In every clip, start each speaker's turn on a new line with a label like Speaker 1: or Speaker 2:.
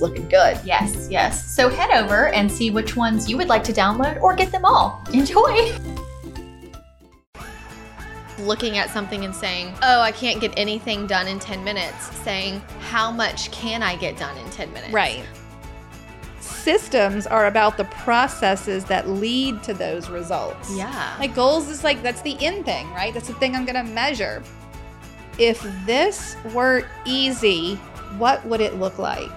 Speaker 1: looking good.
Speaker 2: Yes, yes. So head over and see which ones you would like to download or get them all. Enjoy.
Speaker 3: looking at something and saying, "Oh, I can't get anything done in 10 minutes," saying, "How much can I get done in 10 minutes?"
Speaker 4: Right. Systems are about the processes that lead to those results.
Speaker 3: Yeah.
Speaker 4: Like goals is like that's the end thing, right? That's the thing I'm going to measure. If this were easy, what would it look like?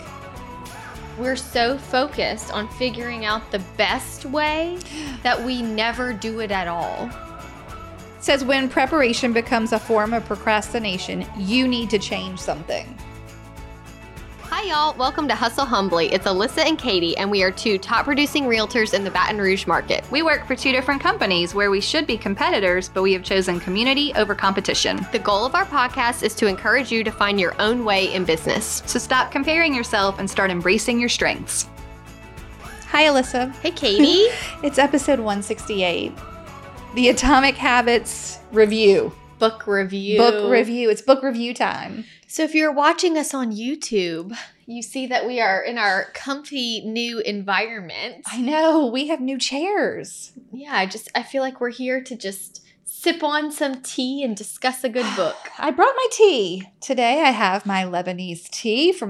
Speaker 3: we're so focused on figuring out the best way that we never do it at all.
Speaker 4: It says when preparation becomes a form of procrastination, you need to change something.
Speaker 3: Hi, y'all. Welcome to Hustle Humbly. It's Alyssa and Katie, and we are two top producing realtors in the Baton Rouge market.
Speaker 5: We work for two different companies where we should be competitors, but we have chosen community over competition.
Speaker 3: The goal of our podcast is to encourage you to find your own way in business.
Speaker 5: So stop comparing yourself and start embracing your strengths.
Speaker 4: Hi, Alyssa.
Speaker 3: Hey, Katie.
Speaker 4: It's episode 168 The Atomic Habits Review.
Speaker 3: Book review.
Speaker 4: Book review. It's book review time.
Speaker 3: So, if you're watching us on YouTube, you see that we are in our comfy new environment.
Speaker 4: I know. We have new chairs.
Speaker 3: yeah, I just I feel like we're here to just sip on some tea and discuss a good book.
Speaker 4: I brought my tea. Today I have my Lebanese tea from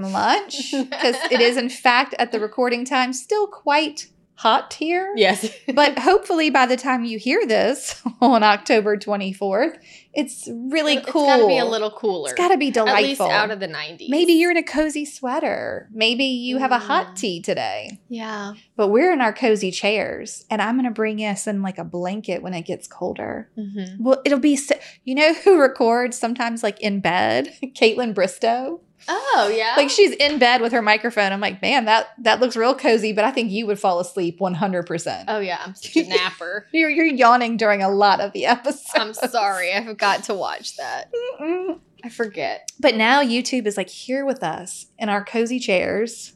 Speaker 4: lunch because it is, in fact, at the recording time, still quite hot here.
Speaker 3: yes.
Speaker 4: But hopefully, by the time you hear this on October 24th, it's really cool.
Speaker 3: It's got to be a little cooler.
Speaker 4: It's got to be
Speaker 3: At least
Speaker 4: delightful.
Speaker 3: out of the 90s.
Speaker 4: Maybe you're in a cozy sweater. Maybe you have a
Speaker 3: Mm.
Speaker 4: hot tea today.
Speaker 3: Yeah.
Speaker 4: But we're in our cozy chairs, and I'm going to bring us in like a blanket when it gets colder.
Speaker 3: Mm-hmm.
Speaker 4: Well, it'll be, so, you know, who records sometimes like in bed? Caitlin Bristow.
Speaker 3: Oh, yeah.
Speaker 4: Like she's in bed with her microphone. I'm like, man, that that looks real cozy, but I think you would fall asleep 100%.
Speaker 3: Oh, yeah. I'm such a napper.
Speaker 4: You're, you're yawning during a lot of the episode.
Speaker 3: I'm sorry. I forgot to watch that.
Speaker 4: Mm.
Speaker 3: I forget.
Speaker 4: But now YouTube is like here with us in our cozy chairs.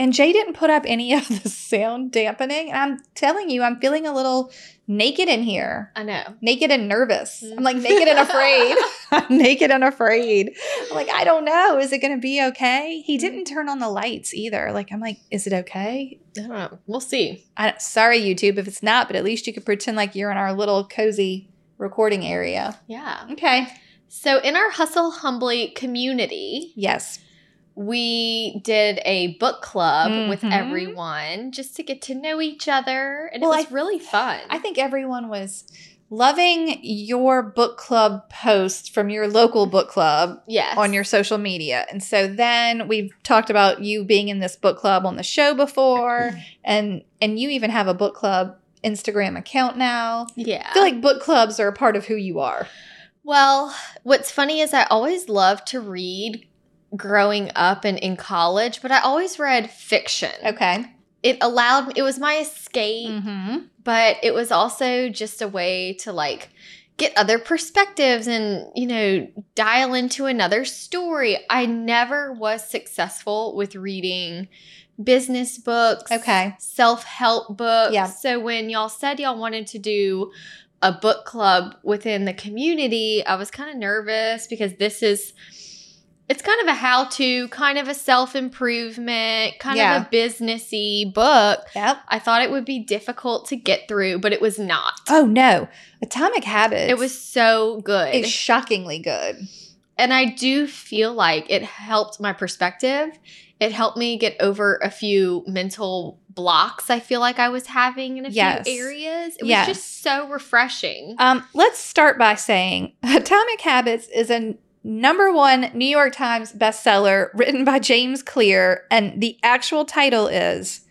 Speaker 4: And Jay didn't put up any of the sound dampening. And I'm telling you, I'm feeling a little naked in here.
Speaker 3: I know.
Speaker 4: Naked and nervous. I'm like naked and afraid. I'm naked and afraid. I'm like, I don't know. Is it going to be okay? He didn't turn on the lights either. Like, I'm like, is it okay?
Speaker 3: I don't know. We'll see.
Speaker 4: I, sorry, YouTube, if it's not, but at least you could pretend like you're in our little cozy recording area.
Speaker 3: Yeah.
Speaker 4: Okay.
Speaker 3: So, in our Hustle Humbly community,
Speaker 4: Yes.
Speaker 3: we did a book club with
Speaker 4: Mhm.
Speaker 3: everyone just to get to know each other. And
Speaker 4: Well,
Speaker 3: it was
Speaker 4: I-
Speaker 3: really fun.
Speaker 4: I think everyone was loving your book club post from your local book club
Speaker 3: yes.
Speaker 4: on your social media. And so then we've talked about you being in this book club on the show before and and you even have a book club Instagram account now.
Speaker 3: Yeah.
Speaker 4: I feel like book clubs are a part of who you are.
Speaker 3: Well, what's funny is I always loved to read growing up and in college, but I always read fiction.
Speaker 4: Okay.
Speaker 3: It allowed it was my escape,
Speaker 4: Mhm.
Speaker 3: but it was also just a way to like get other perspectives and, you know, dial into another story. I never was successful with reading business books
Speaker 4: Okay.
Speaker 3: self help books.
Speaker 4: Yeah.
Speaker 3: So when y'all said y'all wanted to do a book club within the community, I was kind of nervous because this is it's kind of a how to, kind of a self improvement, kind
Speaker 4: Yeah.
Speaker 3: of a businessy book.
Speaker 4: Yep.
Speaker 3: I thought it would be difficult to get through, but it was not.
Speaker 4: Oh no. Atomic Habits.
Speaker 3: It was so good.
Speaker 4: it's shockingly good.
Speaker 3: and I do feel like it helped my perspective. It helped me get over a few mental blocks I feel like I was having in a
Speaker 4: Yes.
Speaker 3: few areas. It
Speaker 4: Yes.
Speaker 3: was just so refreshing.
Speaker 4: Um, let's start by saying Atomic Habits is a n- number one New York Times bestseller written by James Clear, and the actual title is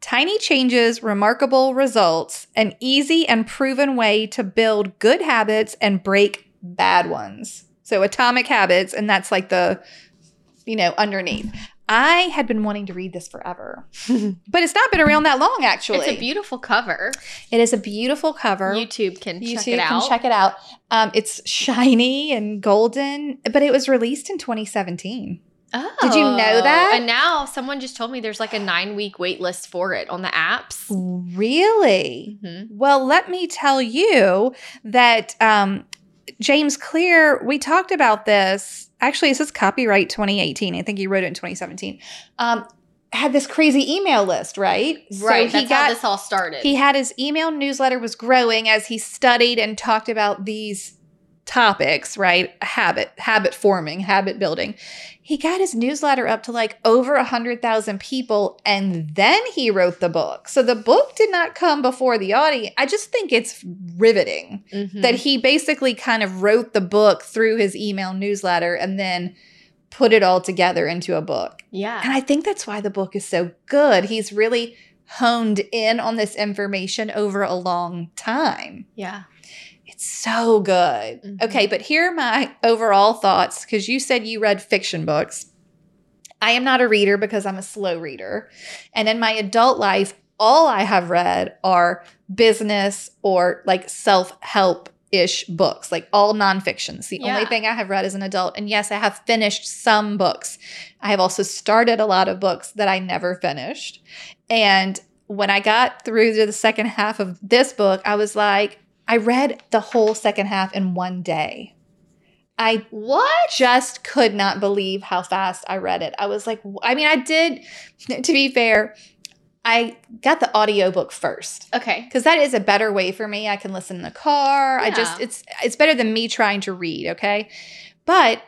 Speaker 4: Tiny Changes, Remarkable Results An Easy and Proven Way to Build Good Habits and Break Bad Ones. So, Atomic Habits, and that's like the, you know, underneath. I had been wanting to read this forever, but it's not been around that long, actually.
Speaker 3: It's a beautiful cover.
Speaker 4: it is a beautiful cover.
Speaker 3: YouTube can
Speaker 4: You
Speaker 3: check
Speaker 4: two
Speaker 3: it
Speaker 4: can
Speaker 3: out.
Speaker 4: check it out. Um, it's shiny and golden, but it was released in 2017.
Speaker 3: Oh.
Speaker 4: Did you know that?
Speaker 3: And now someone just told me there's like a nine week wait list for it on the apps.
Speaker 4: Really?
Speaker 3: Mhm.
Speaker 4: Well, let me tell you that um, James Clear, we talked about this. Actually, this is copyright 2018. I think he wrote it in 2017. Um, had this crazy email list, right?
Speaker 3: right.
Speaker 4: So he
Speaker 3: that's how
Speaker 4: got
Speaker 3: this all started.
Speaker 4: he had his email newsletter was growing as he studied and talked about these topics right habit habit forming habit building he got his newsletter up to like over a hundred thousand people and then he wrote the book so the book did not come before the audience i just think it's riveting
Speaker 3: Mhm.
Speaker 4: that he basically kind of wrote the book through his email newsletter and then put it all together into a book
Speaker 3: yeah.
Speaker 4: and I think that's why the book is so good. He's really honed in on this information over a long time.
Speaker 3: Yeah.
Speaker 4: It's so good.
Speaker 3: Mhm.
Speaker 4: Okay, but here are my overall thoughts because you said you read fiction books. I am not a reader because I'm a slow reader. And in my adult life, all I have read are business or like self help ish books, like all nonfiction. It's the only
Speaker 3: Yeah.
Speaker 4: thing I have read as an adult. And yes, I have finished some books. I have also started a lot of books that I never finished. And when I got through to the second half of this book, I was like, I read the whole second half in one day. I
Speaker 3: What?
Speaker 4: just could not believe how fast I read it. I was like, w- I mean, I did, to be fair, I got the audiobook first
Speaker 3: Okay.
Speaker 4: because that is a better way for me. I can listen in the car. I just
Speaker 3: Yeah.
Speaker 4: it's it's better than me trying to read, okay? But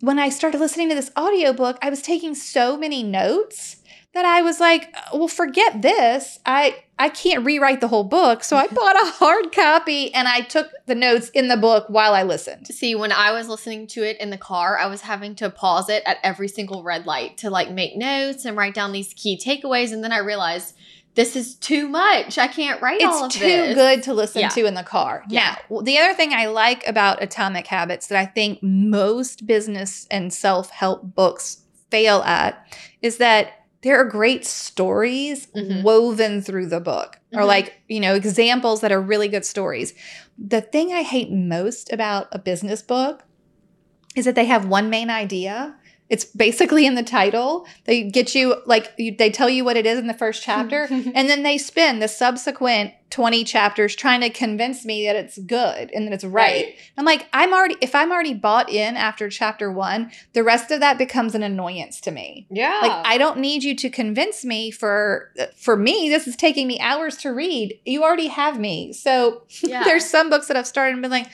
Speaker 4: when I started listening to this audiobook, I was taking so many notes that I was like, well, forget this. I I can't rewrite the whole book. So I bought a hard copy and I took the notes in the book while I listened.
Speaker 3: See, when I was listening to it in the car, I was having to pause it at every single red light to like make notes and write down these key takeaways. And then I realized this is too much. I can't write all of
Speaker 4: it's too
Speaker 3: this.
Speaker 4: good to listen
Speaker 3: Yeah.
Speaker 4: to in the car.
Speaker 3: Yeah.
Speaker 4: Now, w- the other thing I like about Atomic Habits that I think most business and self help books fail at is that there are great stories
Speaker 3: Mhm.
Speaker 4: woven through the book, or
Speaker 3: Mhm.
Speaker 4: like, you know, examples that are really good stories. The thing I hate most about a business book is that they have one main idea. It's basically in the title. They get you like you, they tell you what it is in the first chapter, and then they spend the subsequent 20 chapters trying to convince me that it's good and that it's right. I'm like, I'm already if I'm already bought in after chapter 1, the rest of that becomes an annoyance to me.
Speaker 3: Yeah.
Speaker 4: Like I don't need you to convince me for for me this is taking me hours to read. You already have me. So
Speaker 3: yeah.
Speaker 4: there's some books that I've started and been like,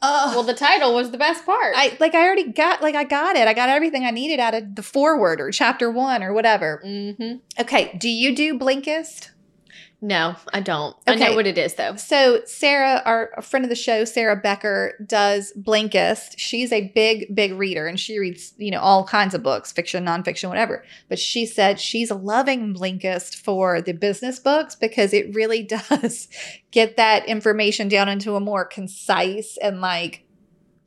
Speaker 4: "Oh,
Speaker 3: well, the title was the best part.
Speaker 4: I like I already got like I got it. I got everything I needed out of the foreword or chapter 1 or whatever."
Speaker 3: Mhm.
Speaker 4: Okay, do you do Blinkist?
Speaker 3: No, I don't. I know
Speaker 4: Okay.
Speaker 3: what it is though.
Speaker 4: So Sarah, our a friend of the show, Sarah Becker, does Blinkist. She's a big, big reader, and she reads, you know, all kinds of books, fiction, nonfiction, whatever. But she said she's loving Blinkist for the business books because it really does get that information down into a more concise and like,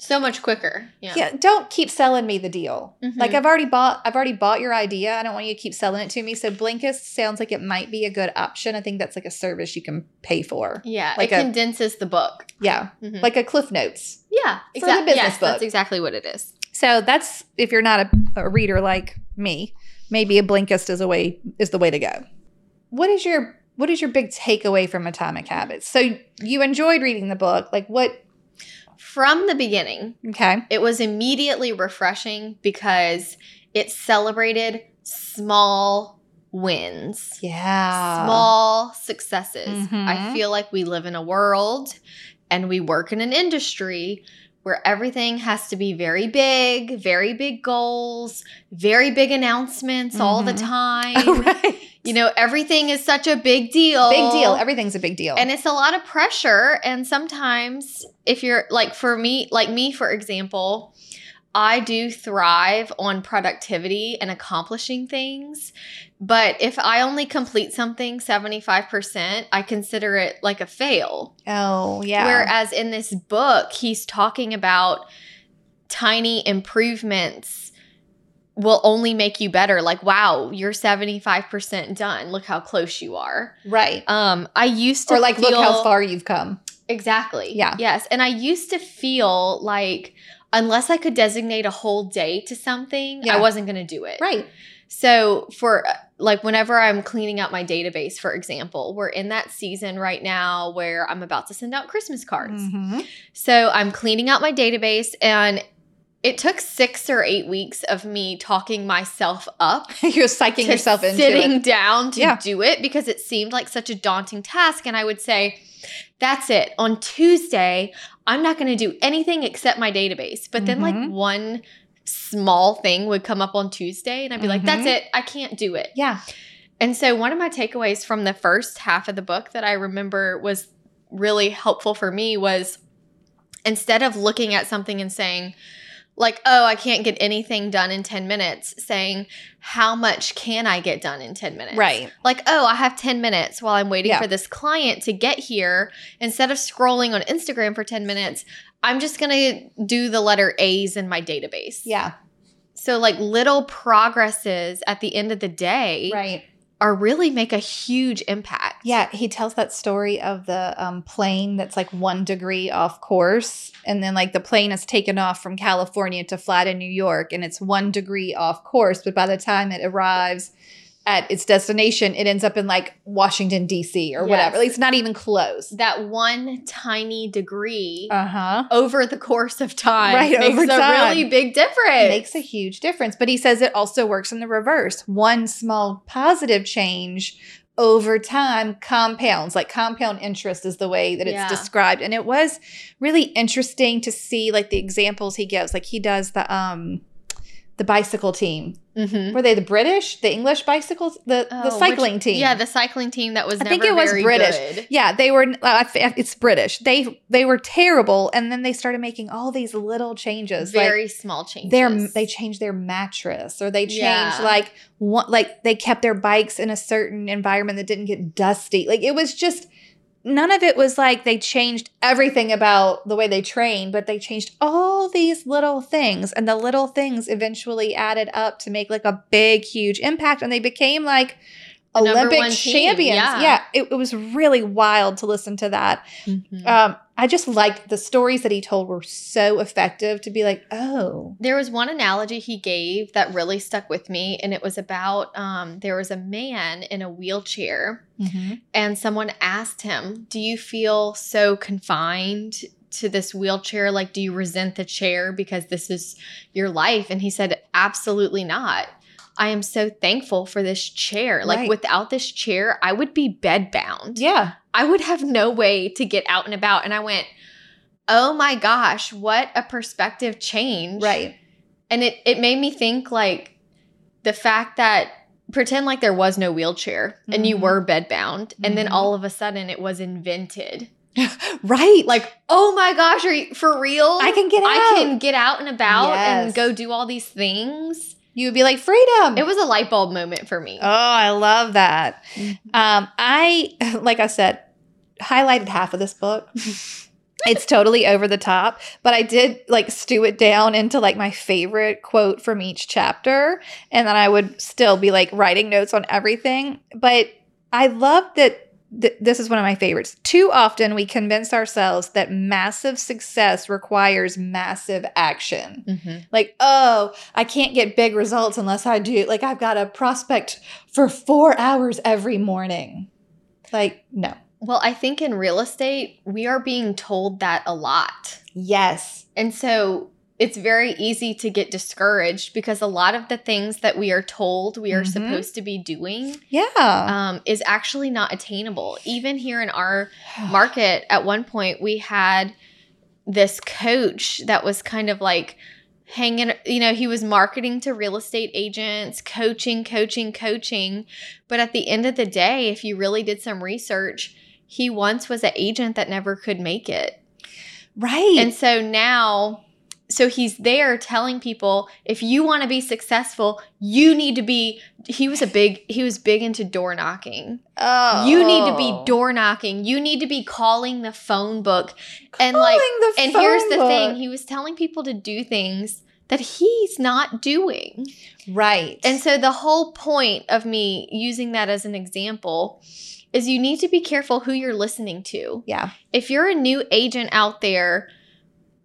Speaker 3: So much quicker. Yeah.
Speaker 4: yeah, don't keep selling me the deal.
Speaker 3: Mhm.
Speaker 4: Like um, I've already bought, I've already bought your idea. I don't want you to keep selling it to me. So Blinkist sounds like it might be a good option. I think that's like a service you can pay for.
Speaker 3: Yeah,
Speaker 4: Like
Speaker 3: it
Speaker 4: a-
Speaker 3: condenses the book.
Speaker 4: Yeah.
Speaker 3: Mhm.
Speaker 4: like a cliff notes
Speaker 3: yeah,
Speaker 4: for the business
Speaker 3: yes,
Speaker 4: book.
Speaker 3: That's exactly what it is.
Speaker 4: so that's if you're not a, a reader like me maybe a blinkist is a way is the way to go what is your what is your big takeaway from atomic habits so you enjoyed reading the book like what
Speaker 3: From the beginning,
Speaker 4: okay
Speaker 3: it was immediately refreshing because it celebrated small wins,
Speaker 4: yeah
Speaker 3: small successes. I
Speaker 4: Mhm.
Speaker 3: feel like we live in a world and we work in an industry where everything has to be very big, very big goals, very big announcements all the
Speaker 4: Mhm.
Speaker 3: time.
Speaker 4: right
Speaker 3: You know, everything is such a big deal.
Speaker 4: big deal everything's a big deal
Speaker 3: and it's a lot of pressure and sometimes if you're like for me like me for example i do thrive on productivity and accomplishing things but if i only complete something 75% i consider it like a fail
Speaker 4: oh yeah
Speaker 3: whereas in this book he's talking about tiny improvements will only make you better. Like, wow, you're 75% done. Look how close you are.
Speaker 4: Right.
Speaker 3: Um, I used to
Speaker 4: Or like, look
Speaker 3: feel-
Speaker 4: how far you've come.
Speaker 3: Exactly.
Speaker 4: Yeah.
Speaker 3: Yes. And I used to feel like unless I could designate a whole day to something,
Speaker 4: Yeah.
Speaker 3: I wasn't going to do it.
Speaker 4: Right.
Speaker 3: So, for uh, like whenever I'm cleaning out my database, for example, we're in that season right now where I'm about to send out Christmas cards.
Speaker 4: Mm-hmm.
Speaker 3: So, I'm cleaning out my database and it took six or eight weeks of me talking myself up
Speaker 4: You're psyching
Speaker 3: to
Speaker 4: yourself into
Speaker 3: sitting
Speaker 4: it.
Speaker 3: down to
Speaker 4: Yeah.
Speaker 3: do it because it seemed like such a daunting task. And I would say, that's it. On Tuesday, I'm not going to do anything except my database. But then,
Speaker 4: Mhm.
Speaker 3: like, one small thing would come up on Tuesday, and I'd be like, that's
Speaker 4: Mhm.
Speaker 3: it. I can't do it.
Speaker 4: Yeah.
Speaker 3: And so, one of my takeaways from the first half of the book that I remember was really helpful for me was instead of looking at something and saying, like, oh, I can't get anything done in 10 minutes, saying, how much can I get done in 10 minutes?
Speaker 4: Right.
Speaker 3: Like, oh, I have 10 minutes while I'm waiting
Speaker 4: Yeah.
Speaker 3: for this client to get here. Instead of scrolling on Instagram for 10 minutes, I'm just going to do the letter A's in my database.
Speaker 4: Yeah.
Speaker 3: So, like, little progresses at the end of the day
Speaker 4: Right.
Speaker 3: are really make a huge impact.
Speaker 4: Yeah, he tells that story of the um, plane that's like one degree off course, and then like the plane is taken off from California to fly to New York, and it's one degree off course. But by the time it arrives at its destination, it ends up in like Washington D.C. or whatever.
Speaker 3: Yes.
Speaker 4: Like it's not even close.
Speaker 3: That one tiny degree
Speaker 4: Uh huh.
Speaker 3: over the course of time
Speaker 4: Right,
Speaker 3: makes
Speaker 4: over
Speaker 3: a
Speaker 4: time.
Speaker 3: really big difference.
Speaker 4: It makes a huge difference. But he says it also works in the reverse. One small positive change over time compounds, like compound interest is the way that it's
Speaker 3: Yeah.
Speaker 4: described. And it was really interesting to see like the examples he gives. Like he does the um the bicycle team.
Speaker 3: Mhm.
Speaker 4: Were they the British? The English bicycles? The the
Speaker 3: Oh,
Speaker 4: cycling
Speaker 3: which-
Speaker 4: team.
Speaker 3: Yeah, the cycling team that was.
Speaker 4: I think
Speaker 3: never
Speaker 4: it was
Speaker 3: very
Speaker 4: British.
Speaker 3: good.
Speaker 4: Yeah, they were. I f- It's British. They they were terrible, and then they started making all these little changes. like-
Speaker 3: Very small changes.
Speaker 4: their they changed their mattress or they changed
Speaker 3: Yeah.
Speaker 4: like what like they kept their bikes in a certain environment that didn't get dusty like it was just none of it was like they changed everything about the way they train but they changed all these little things and the little things eventually added up to make like a big huge impact and they became like
Speaker 3: The number
Speaker 4: Olympic
Speaker 3: one team,
Speaker 4: champions.
Speaker 3: yeah.
Speaker 4: yeah it, it was really wild to listen to that.
Speaker 3: Mhm.
Speaker 4: Um, I just liked the stories that he told were so effective to be like, oh,
Speaker 3: there was one analogy he gave that really stuck with me, and it was about um, there was a man in a wheelchair, and someone asked him, "Do you feel so confined?" To this wheelchair, like, do you resent the chair because this is your life? And he said, Absolutely not. I am so thankful for this chair. Like,
Speaker 4: Right.
Speaker 3: without this chair, I would be bedbound.
Speaker 4: yeah,
Speaker 3: I would have no way to get out and about. And I went, oh my gosh, what a perspective change.
Speaker 4: right,
Speaker 3: And it, it made me think like the fact that pretend like there was no wheelchair and you
Speaker 4: Mhm.
Speaker 3: were bedbound. And then
Speaker 4: Mhm.
Speaker 3: all of a sudden it was invented.
Speaker 4: right. Like
Speaker 3: Like, oh my gosh, are you for real?
Speaker 4: I can get out.
Speaker 3: I can get out and about
Speaker 4: Yes.
Speaker 3: and go do all these things.
Speaker 4: you would be like freedom.
Speaker 3: It was a light bulb moment for me.
Speaker 4: oh, I love that. Um, I like I said, highlighted half of this book. it's totally over the top, but I did like stew it down into like my favorite quote from each chapter. And then I would still be like writing notes on everything. But I love that th- this is one of my favorites. Too often we convince ourselves that massive success requires massive action.
Speaker 3: Mhm.
Speaker 4: Like, oh, I can't get big results unless I do. Like, I've got to prospect for four hours every morning. Like, no.
Speaker 3: Well, I think in real estate, we are being told that a lot.
Speaker 4: Yes.
Speaker 3: And so it's very easy to get discouraged because a lot of the things that we are told we are
Speaker 4: Mhm.
Speaker 3: supposed to be doing
Speaker 4: Yeah.
Speaker 3: um, is actually not attainable. Even here in our market, at one point, we had this coach that was kind of like hanging, you know, he was marketing to real estate agents, coaching, coaching, coaching. But at the end of the day, if you really did some research, he once was an agent that never could make it.
Speaker 4: Right.
Speaker 3: And so now, so he's there telling people if you want to be successful, you need to be. He was a big, he was big into door knocking.
Speaker 4: oh.
Speaker 3: You need to be door knocking. You need to be calling the phone book. And like,
Speaker 4: Calling the
Speaker 3: and here's
Speaker 4: phone
Speaker 3: the thing
Speaker 4: book.
Speaker 3: he was telling people to do things that he's not doing.
Speaker 4: Right.
Speaker 3: And so the whole point of me using that as an example is you need to be careful who you're listening to.
Speaker 4: Yeah.
Speaker 3: If you're a new agent out there,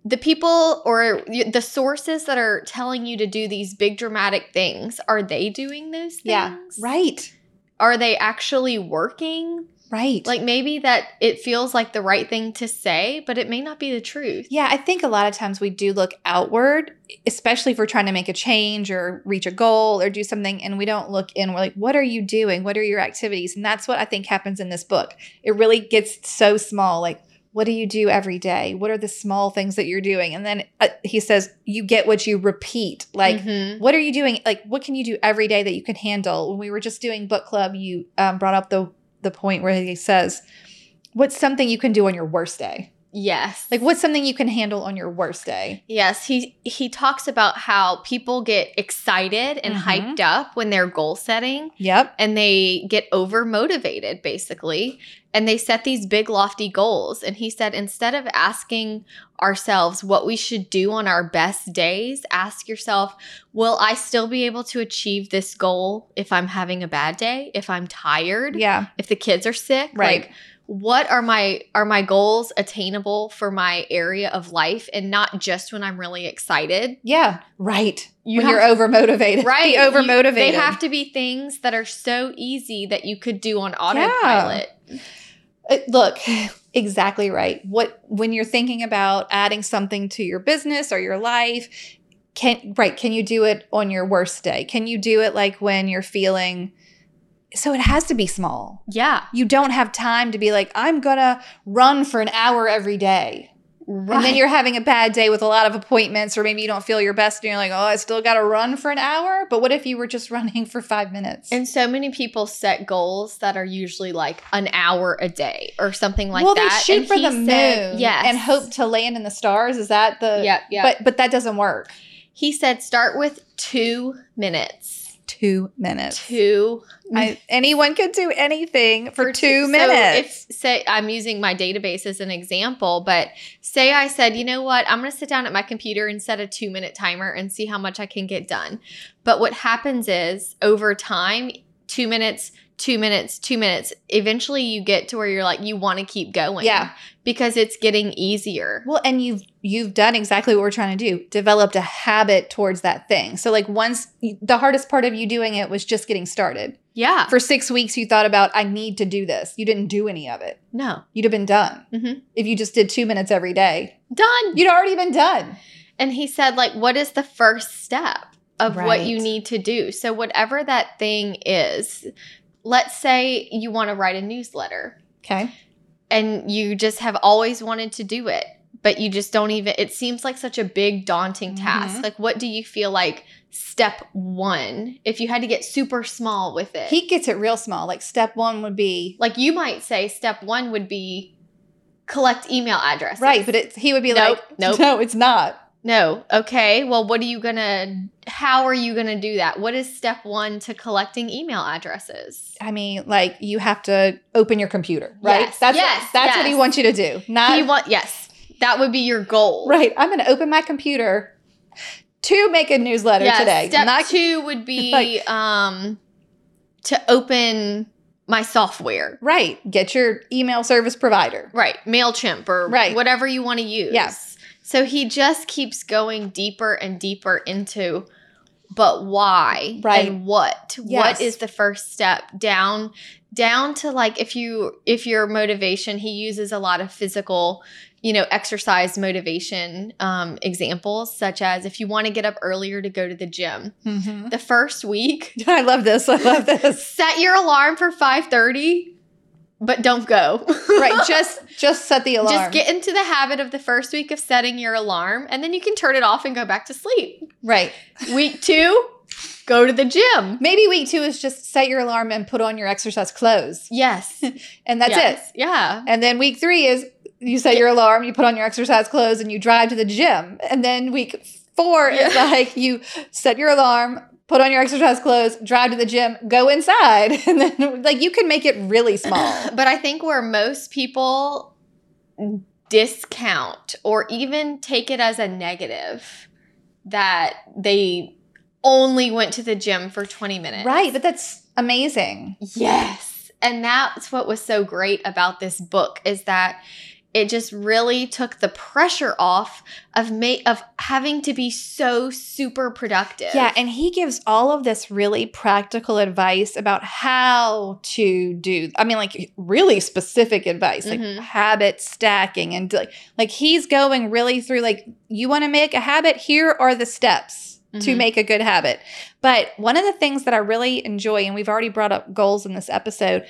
Speaker 3: the people or y- the sources that are telling you to do these big dramatic things, are they doing those things?
Speaker 4: Yeah. Right.
Speaker 3: Are they actually working?
Speaker 4: Right.
Speaker 3: Like maybe that it feels like the right thing to say, but it may not be the truth.
Speaker 4: Yeah, I think a lot of times we do look outward, especially if we're trying to make a change or reach a goal or do something, and we don't look in. We're like, what are you doing? What are your activities? And that's what I think happens in this book. It really gets so small. Like, what do you do every day? What are the small things that you're doing? And then uh, he says, you get what you repeat. Like,
Speaker 3: Mhm.
Speaker 4: what are you doing? Like, what can you do every day that you can handle? When we were just doing book club, you um, brought up the the point where he says, what's something you can do on your worst day?
Speaker 3: yes.
Speaker 4: Like, what's something you can handle on your worst day?
Speaker 3: Yes, he he talks about how people get excited and
Speaker 4: Mhm.
Speaker 3: hyped up when they're goal setting
Speaker 4: Yep.
Speaker 3: and they get over motivated basically and they set these big lofty goals and he said instead of asking ourselves what we should do on our best days, ask yourself, will I still be able to achieve this goal if I'm having a bad day, if I'm tired,
Speaker 4: Yeah.
Speaker 3: if the kids are sick?
Speaker 4: Right.
Speaker 3: Like what are my are my goals attainable for my area of life and not just when I'm really excited?
Speaker 4: Yeah. Right.
Speaker 3: You
Speaker 4: when
Speaker 3: have-
Speaker 4: you're overmotivated.
Speaker 3: Right.
Speaker 4: Be
Speaker 3: you-
Speaker 4: overmotivated.
Speaker 3: They have to be things that are so easy that you could do on autopilot.
Speaker 4: Uh, look, exactly right. What when you're thinking about adding something to your business or your life, can right, can you do it on your worst day? Can you do it like when you're feeling so it has to be small.
Speaker 3: Yeah.
Speaker 4: You don't have time to be like, I'm gonna run for an hour every day.
Speaker 3: Right.
Speaker 4: And then you're having a bad day with a lot of appointments, or maybe you don't feel your best and you're like, oh, I still got to run for an hour. But what if you were just running for five minutes?
Speaker 3: and so many people set goals that are usually like an hour a day or something like
Speaker 4: well,
Speaker 3: that.
Speaker 4: they shoot
Speaker 3: And
Speaker 4: for
Speaker 3: he
Speaker 4: the moon
Speaker 3: said- yes.
Speaker 4: and hope to land in the stars. Is that the.
Speaker 3: Yeah, yeah. But
Speaker 4: But, but that doesn't work.
Speaker 3: he said start with two minutes.
Speaker 4: Two minutes.
Speaker 3: Two
Speaker 4: I, anyone could do anything for, two,
Speaker 3: so
Speaker 4: minutes.
Speaker 3: if say I'm using my database as an example, but say I said, you know what, I'm going to sit down at my computer and set a two minute timer and see how much I can get done. But what happens is over time, two minutes, two minutes, two minutes. Eventually, you get to where you're like, you want to keep going,
Speaker 4: Yeah.
Speaker 3: because it's getting easier.
Speaker 4: Well, and you've you've done exactly what we're trying to do. Developed a habit towards that thing. So like once the hardest part of you doing it was just getting started.
Speaker 3: Yeah,
Speaker 4: For 6 weeks you thought about I need to do this. You didn't do any of it.
Speaker 3: no,
Speaker 4: you'd have been done.
Speaker 3: Mhm.
Speaker 4: If you just did two minutes every day,
Speaker 3: done.
Speaker 4: you'd already been done.
Speaker 3: And he said, like, what is the first step of what you
Speaker 4: Right.
Speaker 3: need to do? So, whatever that thing is, let's say you want to write a newsletter
Speaker 4: Okay.
Speaker 3: and you just have always wanted to do it, but you just don't even, it seems like such a big, daunting task.
Speaker 4: Mm-hmm.
Speaker 3: Like, what do you feel like step one if you had to get super small with it?
Speaker 4: He gets it real small. Like step one would be
Speaker 3: like, you might say step one would be collect email addresses.
Speaker 4: right, but it's, he would be
Speaker 3: Nope,
Speaker 4: like,
Speaker 3: nope.
Speaker 4: no, it's not.
Speaker 3: No. Okay. Well, what are you going to, how are you going to do that? What is step one to collecting email addresses?
Speaker 4: I mean, like you have to open your computer, right?
Speaker 3: Yes,
Speaker 4: That's
Speaker 3: yes,
Speaker 4: that's what
Speaker 3: yes.
Speaker 4: he wants you to do. Not
Speaker 3: you want, yes, that would be your goal.
Speaker 4: right. I'm going to open my computer to make a newsletter
Speaker 3: Yes,
Speaker 4: today.
Speaker 3: Step
Speaker 4: Not
Speaker 3: two would be
Speaker 4: like-
Speaker 3: um, to open my software.
Speaker 4: right. Get your email service provider.
Speaker 3: Right. MailChimp or
Speaker 4: Right.
Speaker 3: whatever you want to use.
Speaker 4: Yeah.
Speaker 3: So he just keeps going deeper and deeper into but why
Speaker 4: Right.
Speaker 3: and what
Speaker 4: Yes.
Speaker 3: what is the first step down down to like if you if your motivation he uses a lot of physical you know exercise motivation um, examples such as if you want to get up earlier to go to the gym the first week
Speaker 4: I love this. I love this.
Speaker 3: set your alarm for 5.30 but don't go
Speaker 4: right. Just just set the alarm.
Speaker 3: just get into the habit of the first week of setting your alarm, and then you can turn it off and go back to sleep.
Speaker 4: right.
Speaker 3: Week two, go to the gym.
Speaker 4: Maybe week two is just set your alarm and put on your exercise clothes.
Speaker 3: Yes.
Speaker 4: And that's it.
Speaker 3: Yeah.
Speaker 4: And then week three is you set your alarm, you put on your exercise clothes, and you drive to the gym. And then week four is
Speaker 3: Yeah.
Speaker 4: like you set your alarm, put on your exercise clothes, drive to the gym, go inside. And then, like, you can make it really small.
Speaker 3: But I think where most people discount or even take it as a negative that they only went to the gym for 20 minutes.
Speaker 4: Right, but that's amazing.
Speaker 3: Yes. And that's what was so great about this book is that it just really took the pressure off of ma- of having to be so super productive.
Speaker 4: Yeah, and he gives all of this really practical advice about how to do. I mean, like really specific advice, like
Speaker 3: Mhm.
Speaker 4: habit stacking, and like like he's going really through. Like, you want to make a habit? Here are the steps to
Speaker 3: Mhm.
Speaker 4: make a good habit. But one of the things that I really enjoy, and we've already brought up goals in this episode,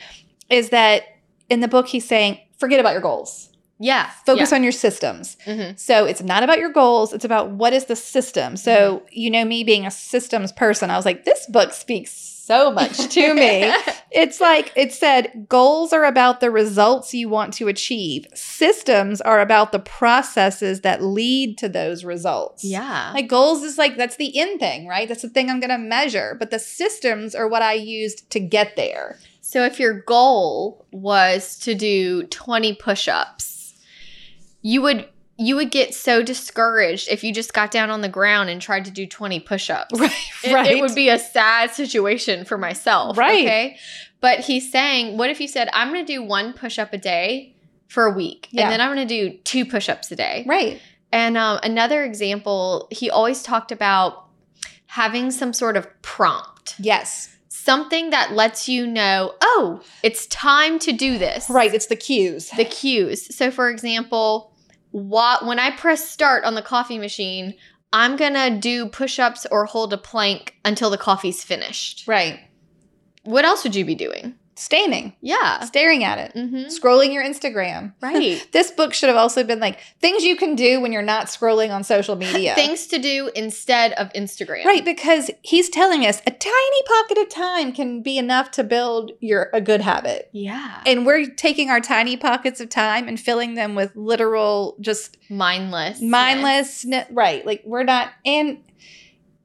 Speaker 4: is that in the book he's saying, forget about your goals,
Speaker 3: yeah.
Speaker 4: focus on your systems.
Speaker 3: on mm-hmm.
Speaker 4: So it's not about your goals, it's about what is the system. So,
Speaker 3: Mm-hmm.
Speaker 4: you know, me being a systems person, I was like, this book speaks so much to me. it's like it said, goals are about the results you want to achieve, systems are about the processes that lead to those results.
Speaker 3: yeah.
Speaker 4: Like goals is like that's the end thing, right? That's the thing I'm going to measure, but the systems are what I used to get there.
Speaker 3: So if your goal was to do 20 push-ups, you would you would get so discouraged if you just got down on the ground and tried to do 20 push-ups.
Speaker 4: Right.
Speaker 3: It, it would be a sad situation for myself.
Speaker 4: Right.
Speaker 3: Okay. But he's saying, what if you said, I'm going to do one push up a day for a week,
Speaker 4: Yeah.
Speaker 3: and then I'm going to do two push ups a day?
Speaker 4: right.
Speaker 3: And um, another example, he always talked about having some sort of prompt,
Speaker 4: Yes.
Speaker 3: something that lets you know, oh, it's time to do this.
Speaker 4: Right, it's the cues.
Speaker 3: The cues. So, for example, wha- when I press start on the coffee machine, I'm going to do push ups or hold a plank until the coffee's finished.
Speaker 4: Right.
Speaker 3: What else would you be doing?
Speaker 4: Standing,
Speaker 3: Yeah.
Speaker 4: staring at it.
Speaker 3: Mm-hmm.
Speaker 4: scrolling your Instagram.
Speaker 3: Right.
Speaker 4: This book should have also been like things you can do when you're not scrolling on social media.
Speaker 3: Things to do instead of Instagram.
Speaker 4: Right, because he's telling us a tiny pocket of time can be enough to build your a good habit.
Speaker 3: Yeah.
Speaker 4: And we're taking our tiny pockets of time and filling them with literal just
Speaker 3: Mindless.
Speaker 4: mindless n- right, like we're not and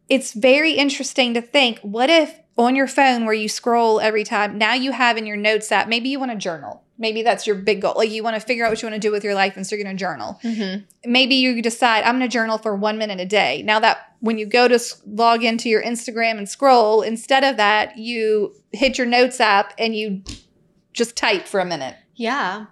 Speaker 4: it's very interesting to think what if on your phone where you scroll every time now you have in your notes app maybe you want to journal maybe that's your big goal like you want to figure out what you want to do with your life and so you're going to journal
Speaker 3: Mhm.
Speaker 4: maybe you decide I'm going to journal for one minute a day. Now that when you go to s- log into your Instagram and scroll, instead of that, you hit your notes app and you just type for a minute.
Speaker 3: Yeah.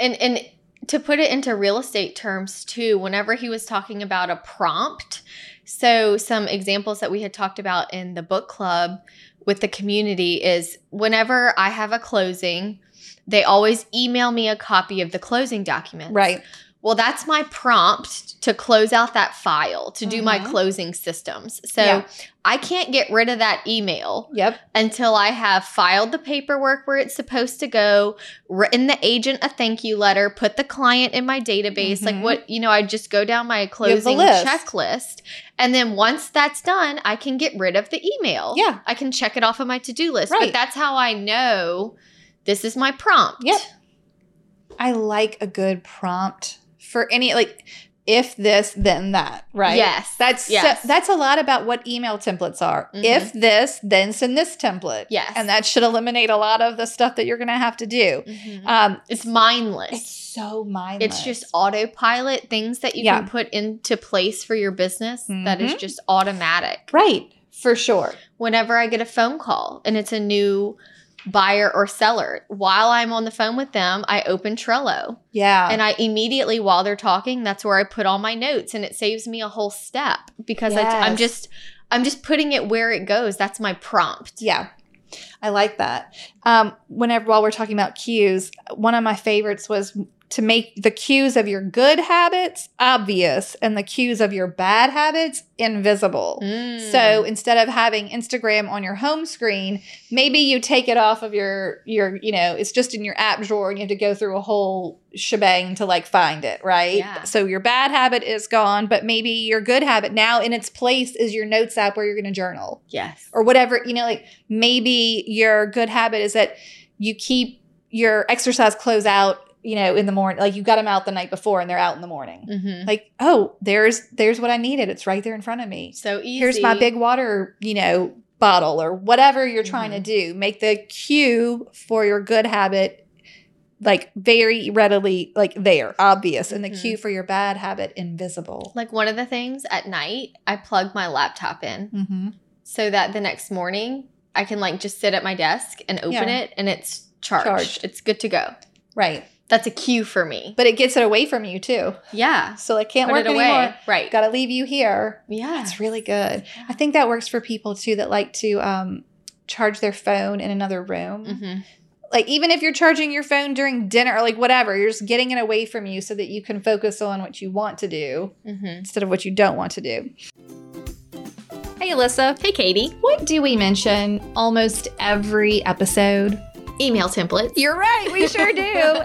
Speaker 3: And and to put it into real estate terms too, whenever he was talking about a prompt, so some examples that we had talked about in the book club with the community is whenever I have a closing, they always email me a copy of the closing document.
Speaker 4: Right.
Speaker 3: Well, that's my prompt to close out that file to do my
Speaker 4: Mhm.
Speaker 3: closing systems. So
Speaker 4: Yeah.
Speaker 3: I can't get rid of that email
Speaker 4: Yep.
Speaker 3: until I have filed the paperwork where it's supposed to go, written the agent a thank you letter, put the client in my database.
Speaker 4: Mhm.
Speaker 3: Like what, you know, I just go down my
Speaker 4: have the
Speaker 3: closing
Speaker 4: list.
Speaker 3: checklist. And then once that's done, I can get rid of the email.
Speaker 4: Yeah.
Speaker 3: I can check it off of my to do list.
Speaker 4: Right.
Speaker 3: But that's how I know this is my prompt.
Speaker 4: Yep. I like a good prompt for any like if this then that, right?
Speaker 3: Yes.
Speaker 4: That's
Speaker 3: Yes.
Speaker 4: so, that's a lot about what email templates are.
Speaker 3: Mhm.
Speaker 4: If this, then send this template.
Speaker 3: Yes.
Speaker 4: And that should eliminate a lot of the stuff that you're going to have to do.
Speaker 3: Mhm.
Speaker 4: Um
Speaker 3: It's
Speaker 4: it's
Speaker 3: mindless.
Speaker 4: so mindless.
Speaker 3: It's just autopilot things that you
Speaker 4: Yeah.
Speaker 3: can put into place for your business that is
Speaker 4: Mhm.
Speaker 3: just automatic.
Speaker 4: right, for sure.
Speaker 3: Whenever I get a phone call and it's a new buyer or seller, while I'm on the phone with them, I open Trello
Speaker 4: Yeah.
Speaker 3: and I immediately, while they're talking, that's where I put all my notes and it saves me a whole step because I, I'm
Speaker 4: Yes.
Speaker 3: just. I'm just putting it where it goes. That's my prompt.
Speaker 4: Yeah. I like that. Um, whenever while we're talking about cues, one of my favorites was to make the cues of your good habits obvious and the cues of your bad habits invisible.
Speaker 3: Mm.
Speaker 4: So instead of having Instagram on your home screen, maybe you take it off of your your you know it's just in your app drawer and you have to go through a whole shebang to like find it, right?
Speaker 3: Yeah.
Speaker 4: So your bad habit is gone, but maybe your good habit now in its place is your notes app where you're going to journal
Speaker 3: yes.
Speaker 4: or whatever you know like maybe your good habit is that you keep your exercise clothes out you know in the morning like you got them out the night before and they're out in the morning
Speaker 3: hmm
Speaker 4: like oh there's there's what i needed it's right there in front of me
Speaker 3: So easy.
Speaker 4: here's my big water you know
Speaker 3: Mm-hmm.
Speaker 4: bottle or whatever you're trying to do make the cue for your good habit like very readily like there, obvious, and the
Speaker 3: Mhm.
Speaker 4: cue for your bad habit invisible.
Speaker 3: Like one of the things at night, I plug my laptop in
Speaker 4: Mm-hmm.
Speaker 3: so that the next morning I can like just sit at my desk and open
Speaker 4: Yeah.
Speaker 3: it and it's charged.
Speaker 4: Charged.
Speaker 3: It's good to go.
Speaker 4: Right,
Speaker 3: That's a cue for me.
Speaker 4: but it gets it away from you too,
Speaker 3: yeah.
Speaker 4: so it can't
Speaker 3: Put
Speaker 4: work
Speaker 3: it away.
Speaker 4: anymore.
Speaker 3: Right.
Speaker 4: Got to leave you here.
Speaker 3: yeah.
Speaker 4: That's really good. I think that works for people too that like to um, charge their phone in another room.
Speaker 5: Mm-hmm.
Speaker 3: hmm
Speaker 4: Like even if you're charging your phone during dinner or like whatever, you're just getting it away from you so that you can focus on what you want to do
Speaker 3: hmm
Speaker 4: instead of what you don't want to do.
Speaker 5: Hey, Alyssa.
Speaker 3: Hey, Katie.
Speaker 5: What do we mention almost every episode?
Speaker 3: Email templates.
Speaker 5: You're right, we sure do.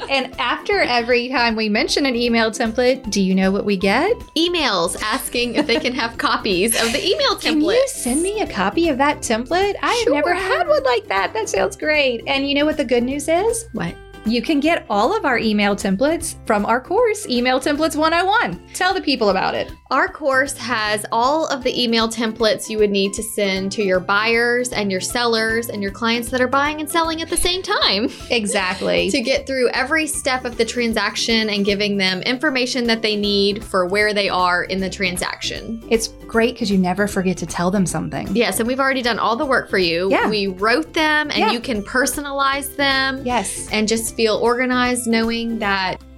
Speaker 5: and after every time we mention an email template, do you know what we get?
Speaker 3: emails asking if they can have copies of the email template.
Speaker 5: Can you send me a copy of that template? I have never
Speaker 3: Sure.
Speaker 5: had one like that. That sounds great. And you know what the good news is?
Speaker 3: What?
Speaker 5: You can get all of our email templates from our course, Email Templates 101. Tell the people about it.
Speaker 3: Our course has all of the email templates you would need to send to your buyers and your sellers and your clients that are buying and selling at the same time
Speaker 5: Exactly.
Speaker 3: to get through every step of the transaction and giving them information that they need for where they are in the transaction.
Speaker 5: it's great because you never forget to tell them something.
Speaker 3: Yes, and we've already done all the work for you.
Speaker 5: Yeah.
Speaker 3: We wrote them and
Speaker 5: Yeah.
Speaker 3: you can personalize them
Speaker 5: Yes.
Speaker 3: and just feel organized knowing that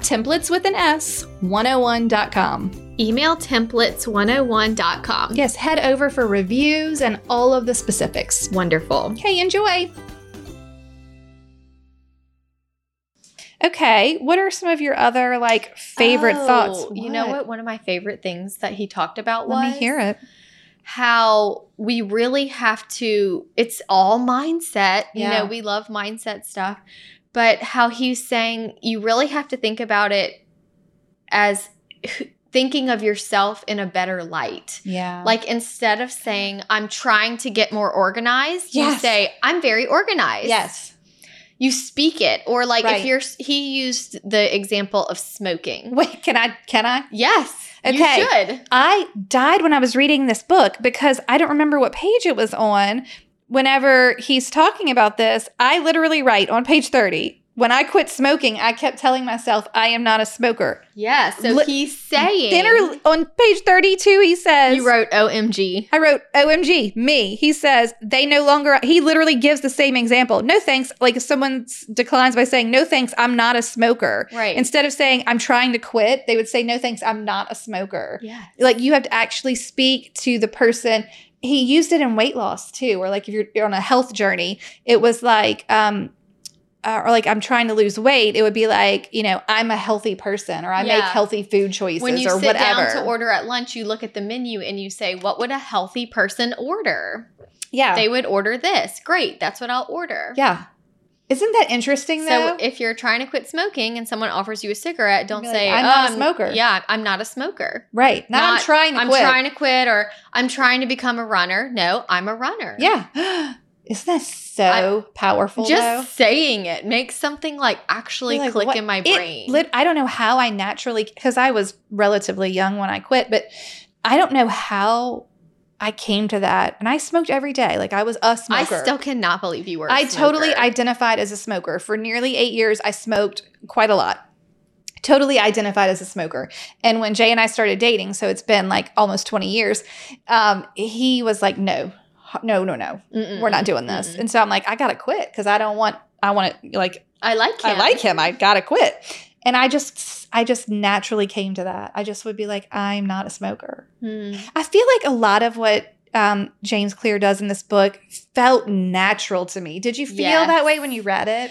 Speaker 5: templates with an S 101.com.
Speaker 3: Emailtemplates101.com.
Speaker 5: Yes, head over for reviews and all of the specifics.
Speaker 3: Wonderful.
Speaker 5: Okay, enjoy.
Speaker 4: Okay, what are some of your other like favorite thoughts?
Speaker 3: You know Oh, what? One of my favorite things that he talked about was
Speaker 4: Let me hear it.
Speaker 3: how we really have to, it's all mindset. You
Speaker 4: Yeah.
Speaker 3: know, we love mindset stuff, but how he's saying you really have to think about it as thinking of yourself in a better light.
Speaker 4: Yeah.
Speaker 3: Like instead of saying, I'm trying to get more organized, you
Speaker 4: Yes.
Speaker 3: say, I'm very organized.
Speaker 4: yes.
Speaker 3: You speak it. Or like
Speaker 4: Right.
Speaker 3: if you're, he used the example of smoking.
Speaker 4: Wait, can I can I?
Speaker 3: Yes.
Speaker 4: Okay.
Speaker 3: You should.
Speaker 4: I died when I was reading this book because I don't remember what page it was on. Whenever he's talking about this, I literally write on page 30. When I quit smoking, I kept telling myself I am not a smoker.
Speaker 3: Yeah. So
Speaker 4: Li-
Speaker 3: he's saying,
Speaker 4: Dinner on page 32, he says
Speaker 3: you wrote OMG.
Speaker 4: I wrote, OMG, me. He says, they no longer, he literally gives the same example. No thanks. Like if someone s- declines by saying, no thanks, I'm not a smoker.
Speaker 3: Right.
Speaker 4: Instead of saying, I'm trying to quit, they would say, no thanks, I'm not a smoker.
Speaker 3: yeah.
Speaker 4: Like you have to actually speak to the person. He used it in weight loss too, or like if you're, you're on a health journey, it was like, um, uh, or like I'm trying to lose weight, it would be like you know I'm a healthy person, or I make
Speaker 3: Yeah.
Speaker 4: healthy food choices,
Speaker 3: When you
Speaker 4: or
Speaker 3: sit
Speaker 4: whatever.
Speaker 3: down to order at lunch, you look at the menu and you say, What would a healthy person order?
Speaker 4: yeah,
Speaker 3: They would order this. Great. That's what I'll order.
Speaker 4: yeah. Isn't that interesting
Speaker 3: So
Speaker 4: though?
Speaker 3: if you're trying to quit smoking and someone offers you a cigarette, don't
Speaker 4: be like,
Speaker 3: say
Speaker 4: "I'm
Speaker 3: "Oh,
Speaker 4: not a smoker."
Speaker 3: Yeah, I'm not a smoker.
Speaker 4: Right. Now
Speaker 3: Not,
Speaker 4: I'm trying to
Speaker 3: I'm
Speaker 4: quit.
Speaker 3: trying to quit or I'm trying to become a runner. No, I'm a runner.
Speaker 4: yeah. Isn't that so powerful?
Speaker 3: Just
Speaker 4: though?
Speaker 3: saying it makes something like actually
Speaker 4: You're like,
Speaker 3: click
Speaker 4: what-
Speaker 3: in my
Speaker 4: It
Speaker 3: brain.
Speaker 4: lit- I don't know how I naturally, because I was relatively young when I quit, but I don't know how I came to that. And I smoked every day. Like I was a
Speaker 3: I
Speaker 4: smoker.
Speaker 3: still cannot believe you were. a
Speaker 4: I totally
Speaker 3: smoker.
Speaker 4: identified as a smoker. For nearly eight years, I smoked quite a lot. Totally identified as a smoker. And when Jay and I started dating, so it's been like almost 20 years, um, he was like, no, no, no, no.
Speaker 3: Mm-mm.
Speaker 4: we're not doing this.
Speaker 3: Mm-mm.
Speaker 4: And so I'm like, I gotta quit because I don't want. I want to like.
Speaker 3: I like him.
Speaker 4: I like him. I gotta quit. And I just, I just naturally came to that. I just would be like, I'm not a smoker.
Speaker 3: Hmm.
Speaker 4: I feel like a lot of what um, James Clear does in this book felt natural to me. Did you feel
Speaker 3: Yes.
Speaker 4: that way when you read it?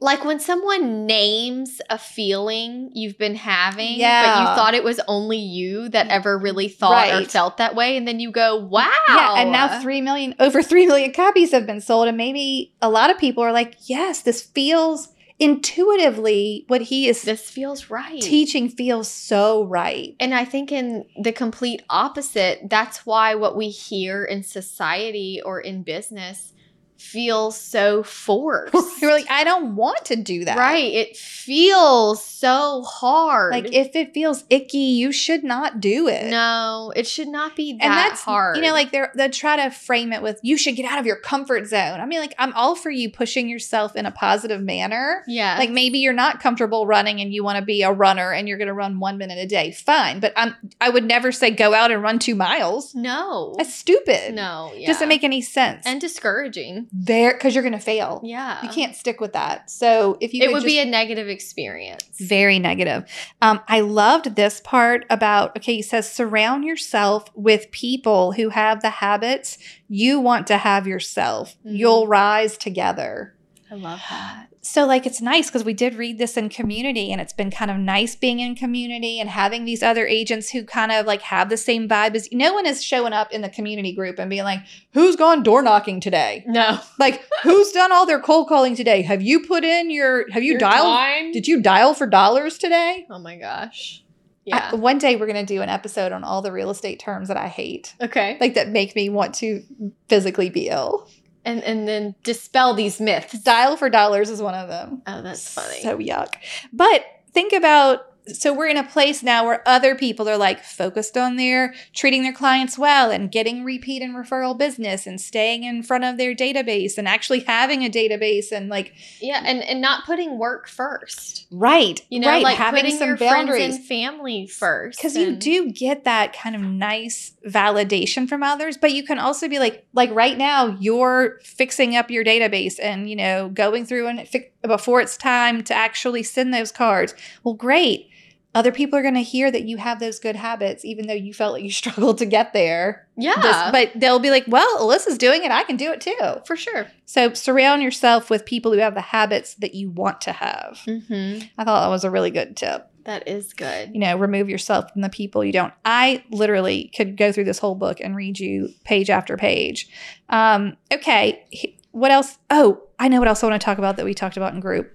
Speaker 3: Like when someone names a feeling you've been having, but you
Speaker 4: Yeah.
Speaker 3: thought it was only you that ever really thought or
Speaker 4: Right.
Speaker 3: felt that way, and then you go, "Wow!"
Speaker 4: Yeah. And now three million, over three million copies have been sold, and maybe a lot of people are like, yes, this feels. intuitively what he is
Speaker 3: This feels right.
Speaker 4: teaching feels so right.
Speaker 3: And I think in the complete opposite, that's why what we hear in society or in business feels so forced.
Speaker 4: You're like, I don't want to do that.
Speaker 3: Right. It feels so hard.
Speaker 4: Like if it feels icky, you should not do it.
Speaker 3: no, it should not be that
Speaker 4: and that's
Speaker 3: hard.
Speaker 4: You know, like they're they try to frame it with you should get out of your comfort zone. I mean, like I'm all for you pushing yourself in a positive manner.
Speaker 3: yeah.
Speaker 4: Like maybe you're not comfortable running and you want to be a runner and you're going to run one minute a day. Fine, but I'm I would never say go out and run two miles.
Speaker 3: no.
Speaker 4: That's stupid.
Speaker 3: No. Yeah.
Speaker 4: doesn't make any sense.
Speaker 3: and discouraging.
Speaker 4: there, because you're going to fail.
Speaker 3: Yeah.
Speaker 4: You can't stick with that. So if you
Speaker 3: it
Speaker 4: could
Speaker 3: would
Speaker 4: just-
Speaker 3: be a negative experience.
Speaker 4: very negative. Um, I loved this part about okay, he says, surround yourself with people who have the habits you want to have yourself.
Speaker 3: Mhm.
Speaker 4: You'll rise together.
Speaker 3: I love that.
Speaker 4: Mm-hmm. So, like, it's nice because we did read this in community, and it's been kind of nice being in community and having these other agents who kind of like have the same vibe as no one is showing up in the community group and being like, who's gone door knocking today?
Speaker 3: No.
Speaker 4: Like, who's done all their cold calling today? Have you put in your, have you dialed? Did you dial for dollars today?
Speaker 3: Oh my gosh.
Speaker 4: I-
Speaker 3: Yeah.
Speaker 4: one day we're going to do an episode on all the real estate terms that I hate,
Speaker 3: okay.
Speaker 4: like that make me want to physically be ill.
Speaker 3: and and then dispel these myths.
Speaker 4: Dial for dollars is one of them.
Speaker 3: Oh, that's funny.
Speaker 4: So yuck. But think about so we're in a place now where other people are like focused on their treating their clients well and getting repeat and referral business and staying in front of their database and actually having a database and like
Speaker 3: yeah, and and not putting work first.
Speaker 4: right,
Speaker 3: You know,
Speaker 4: right,
Speaker 3: like
Speaker 4: having
Speaker 3: putting
Speaker 4: some
Speaker 3: your
Speaker 4: boundaries.
Speaker 3: friends and family first.
Speaker 4: because you
Speaker 3: and-
Speaker 4: do get that kind of nice validation from others but you can also be like like right now you're fixing up your database and you know going through and fi- before it's time to actually send those cards well great other people are going to hear that you have those good habits even though you felt like you struggled to get there
Speaker 3: Yeah.
Speaker 4: This- but they'll be like well alyssa's doing it i can do it too
Speaker 3: for sure.
Speaker 4: so surround yourself with people who have the habits that you want to have
Speaker 3: Mm-hmm.
Speaker 4: i thought that was a really good tip
Speaker 3: That is good.
Speaker 4: you know, remove yourself from the people you don't. I literally could go through this whole book and read you page after page. Um, okay, he- what else? Oh, I know what else I want to talk about that we talked about in group.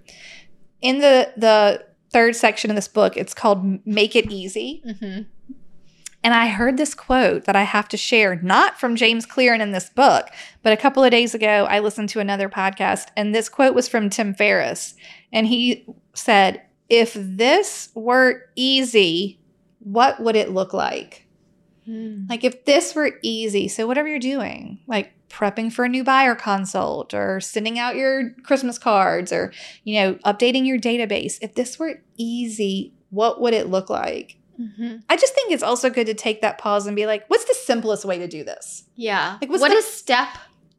Speaker 4: In the the third section of this book, it's called "Make It Easy,"
Speaker 3: Mm-hmm.
Speaker 4: and I heard this quote that I have to share, not from James Clearen in this book, but a couple of days ago, I listened to another podcast, and this quote was from Tim Ferriss. And he said, If this were easy, what would it look like?
Speaker 3: Mm-hmm.
Speaker 4: Like, if this were easy, so whatever you're doing, like prepping for a new buyer consult or sending out your Christmas cards or, you know, updating your database, if this were easy, what would it look like?
Speaker 3: Mm-hmm.
Speaker 4: I just think it's also good to take that pause and be like, what's the simplest way to do this?
Speaker 3: Yeah.
Speaker 4: Like,
Speaker 3: Like,
Speaker 4: what's
Speaker 3: what
Speaker 4: the-
Speaker 3: is step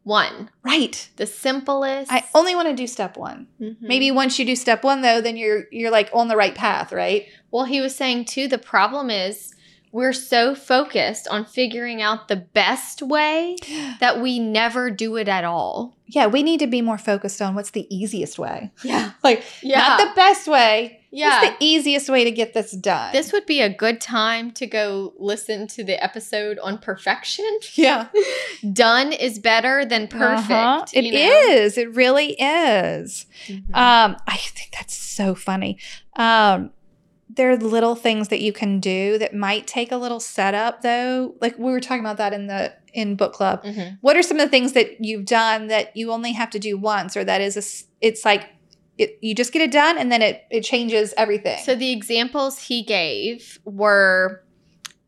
Speaker 3: one?
Speaker 4: Right.
Speaker 3: The simplest.
Speaker 4: I only want to do step one.
Speaker 3: Mhm.
Speaker 4: Maybe once you do step one though, then you're you're like on the right path, right?
Speaker 3: Well, he was saying too, the problem is we're so focused on figuring out the best way that we never do it at all.
Speaker 4: Yeah, we need to be more focused on what's the easiest way.
Speaker 3: Yeah.
Speaker 4: Like
Speaker 3: Yeah.
Speaker 4: not the best way.
Speaker 3: yeah.
Speaker 4: What's the easiest way to get this done?
Speaker 3: This would be a good time to go listen to the episode on perfection.
Speaker 4: yeah.
Speaker 3: Done is better than perfect.
Speaker 4: Uh-huh. It
Speaker 3: you
Speaker 4: is.
Speaker 3: know?
Speaker 4: It really is.
Speaker 3: Mhm.
Speaker 4: Um, I think that's so funny. Um, there are little things that you can do that might take a little setup, though. Like we were talking about that in the in book club.
Speaker 3: Mhm.
Speaker 4: What are some of the things that you've done that you only have to do once, or that is a? s- It's like it, you just get it done, and then it it changes everything.
Speaker 3: So the examples he gave were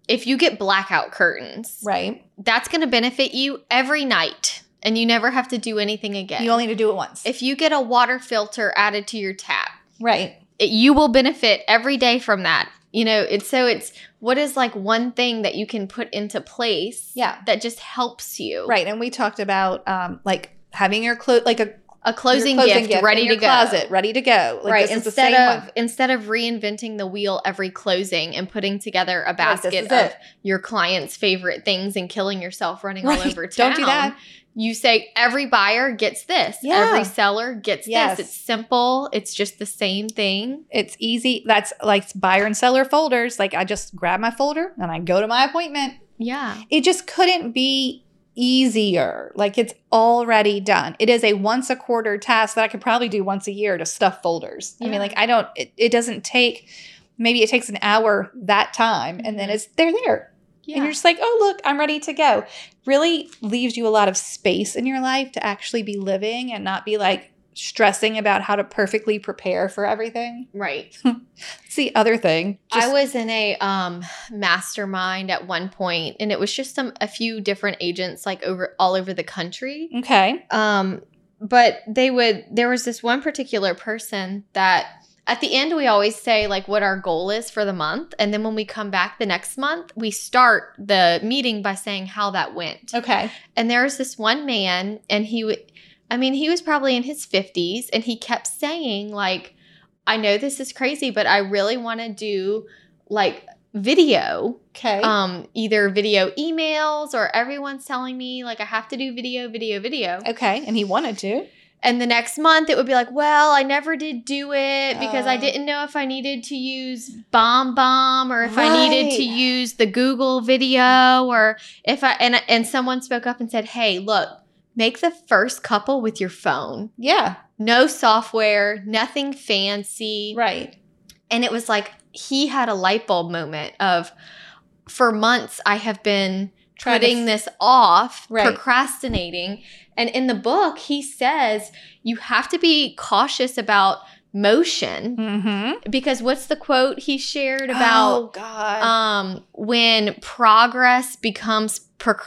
Speaker 3: if you get blackout curtains,
Speaker 4: right,
Speaker 3: that's going to benefit you every night and you never have to do anything again.
Speaker 4: you only need to do it once.
Speaker 3: if you get a water filter added to your tap,
Speaker 4: right,
Speaker 3: it, you will benefit every day from that. You know, it's so it's what is like one thing that you can put into place
Speaker 4: Yeah.
Speaker 3: that just helps you.
Speaker 4: right. And we talked about um like having your clothes like a
Speaker 3: A closing,
Speaker 4: your
Speaker 3: gift, ready
Speaker 4: in your
Speaker 3: to go.
Speaker 4: closet, ready to go. Like,
Speaker 3: right.
Speaker 4: this is the
Speaker 3: Instead
Speaker 4: same
Speaker 3: of
Speaker 4: one.
Speaker 3: instead of reinventing the wheel every closing and putting together a
Speaker 4: Right, this
Speaker 3: basket
Speaker 4: is
Speaker 3: of
Speaker 4: it.
Speaker 3: your client's favorite things and killing yourself running all
Speaker 4: Right.
Speaker 3: over town.
Speaker 4: Don't do that.
Speaker 3: You say every buyer gets this.
Speaker 4: Yeah.
Speaker 3: Every seller gets
Speaker 4: Yes.
Speaker 3: this. It's simple. It's just the same thing.
Speaker 4: It's easy. That's like buyer and seller folders. Like I just grab my folder and I go to my appointment.
Speaker 3: Yeah.
Speaker 4: It just couldn't be easier. Like it's already done. It is a once a quarter task that I could probably do once a year to stuff folders. I
Speaker 3: Yeah.
Speaker 4: mean, like I don't, it, it doesn't take, maybe it takes an hour that time and then it's, they're there. And
Speaker 3: Mm-hmm. Yeah.
Speaker 4: you're just like, oh, look, I'm ready to go. Really leaves you a lot of space in your life to actually be living and not be like stressing about how to perfectly prepare for everything.
Speaker 3: Right.
Speaker 4: It's the other thing. Just-
Speaker 3: I was in a um mastermind at one point and it was just some a few different agents like over all over the country.
Speaker 4: okay.
Speaker 3: Um, but they would, there was this one particular person that at the end, we always say like what our goal is for the month. And then when we come back the next month, we start the meeting by saying how that went.
Speaker 4: Okay.
Speaker 3: And there was this one man, and he, w- I mean, he was probably in his 50s, and he kept saying, like, I know this is crazy, but I really want to do like video
Speaker 4: Okay.
Speaker 3: um either video emails or everyone's telling me like i have to do video video video
Speaker 4: okay. And he wanted to.
Speaker 3: and the next month it would be like, well, I never did do it because I
Speaker 4: Oh.
Speaker 3: didn't know if I needed to use Bomb Bomb or if I needed to
Speaker 4: Right.
Speaker 3: use the Google video or if I and and someone spoke up and said, "Hey, look, make the first couple with your phone.
Speaker 4: Yeah.
Speaker 3: No software, nothing fancy."
Speaker 4: Right.
Speaker 3: And it was like he had a light bulb moment of for months I have been
Speaker 4: Trying to
Speaker 3: putting
Speaker 4: f-
Speaker 3: this off,
Speaker 4: Right.
Speaker 3: procrastinating. And in the book, he says you have to be cautious about motion
Speaker 4: Mm-hmm. Oh,
Speaker 3: because what's the quote he shared about
Speaker 4: God.
Speaker 3: um when progress becomes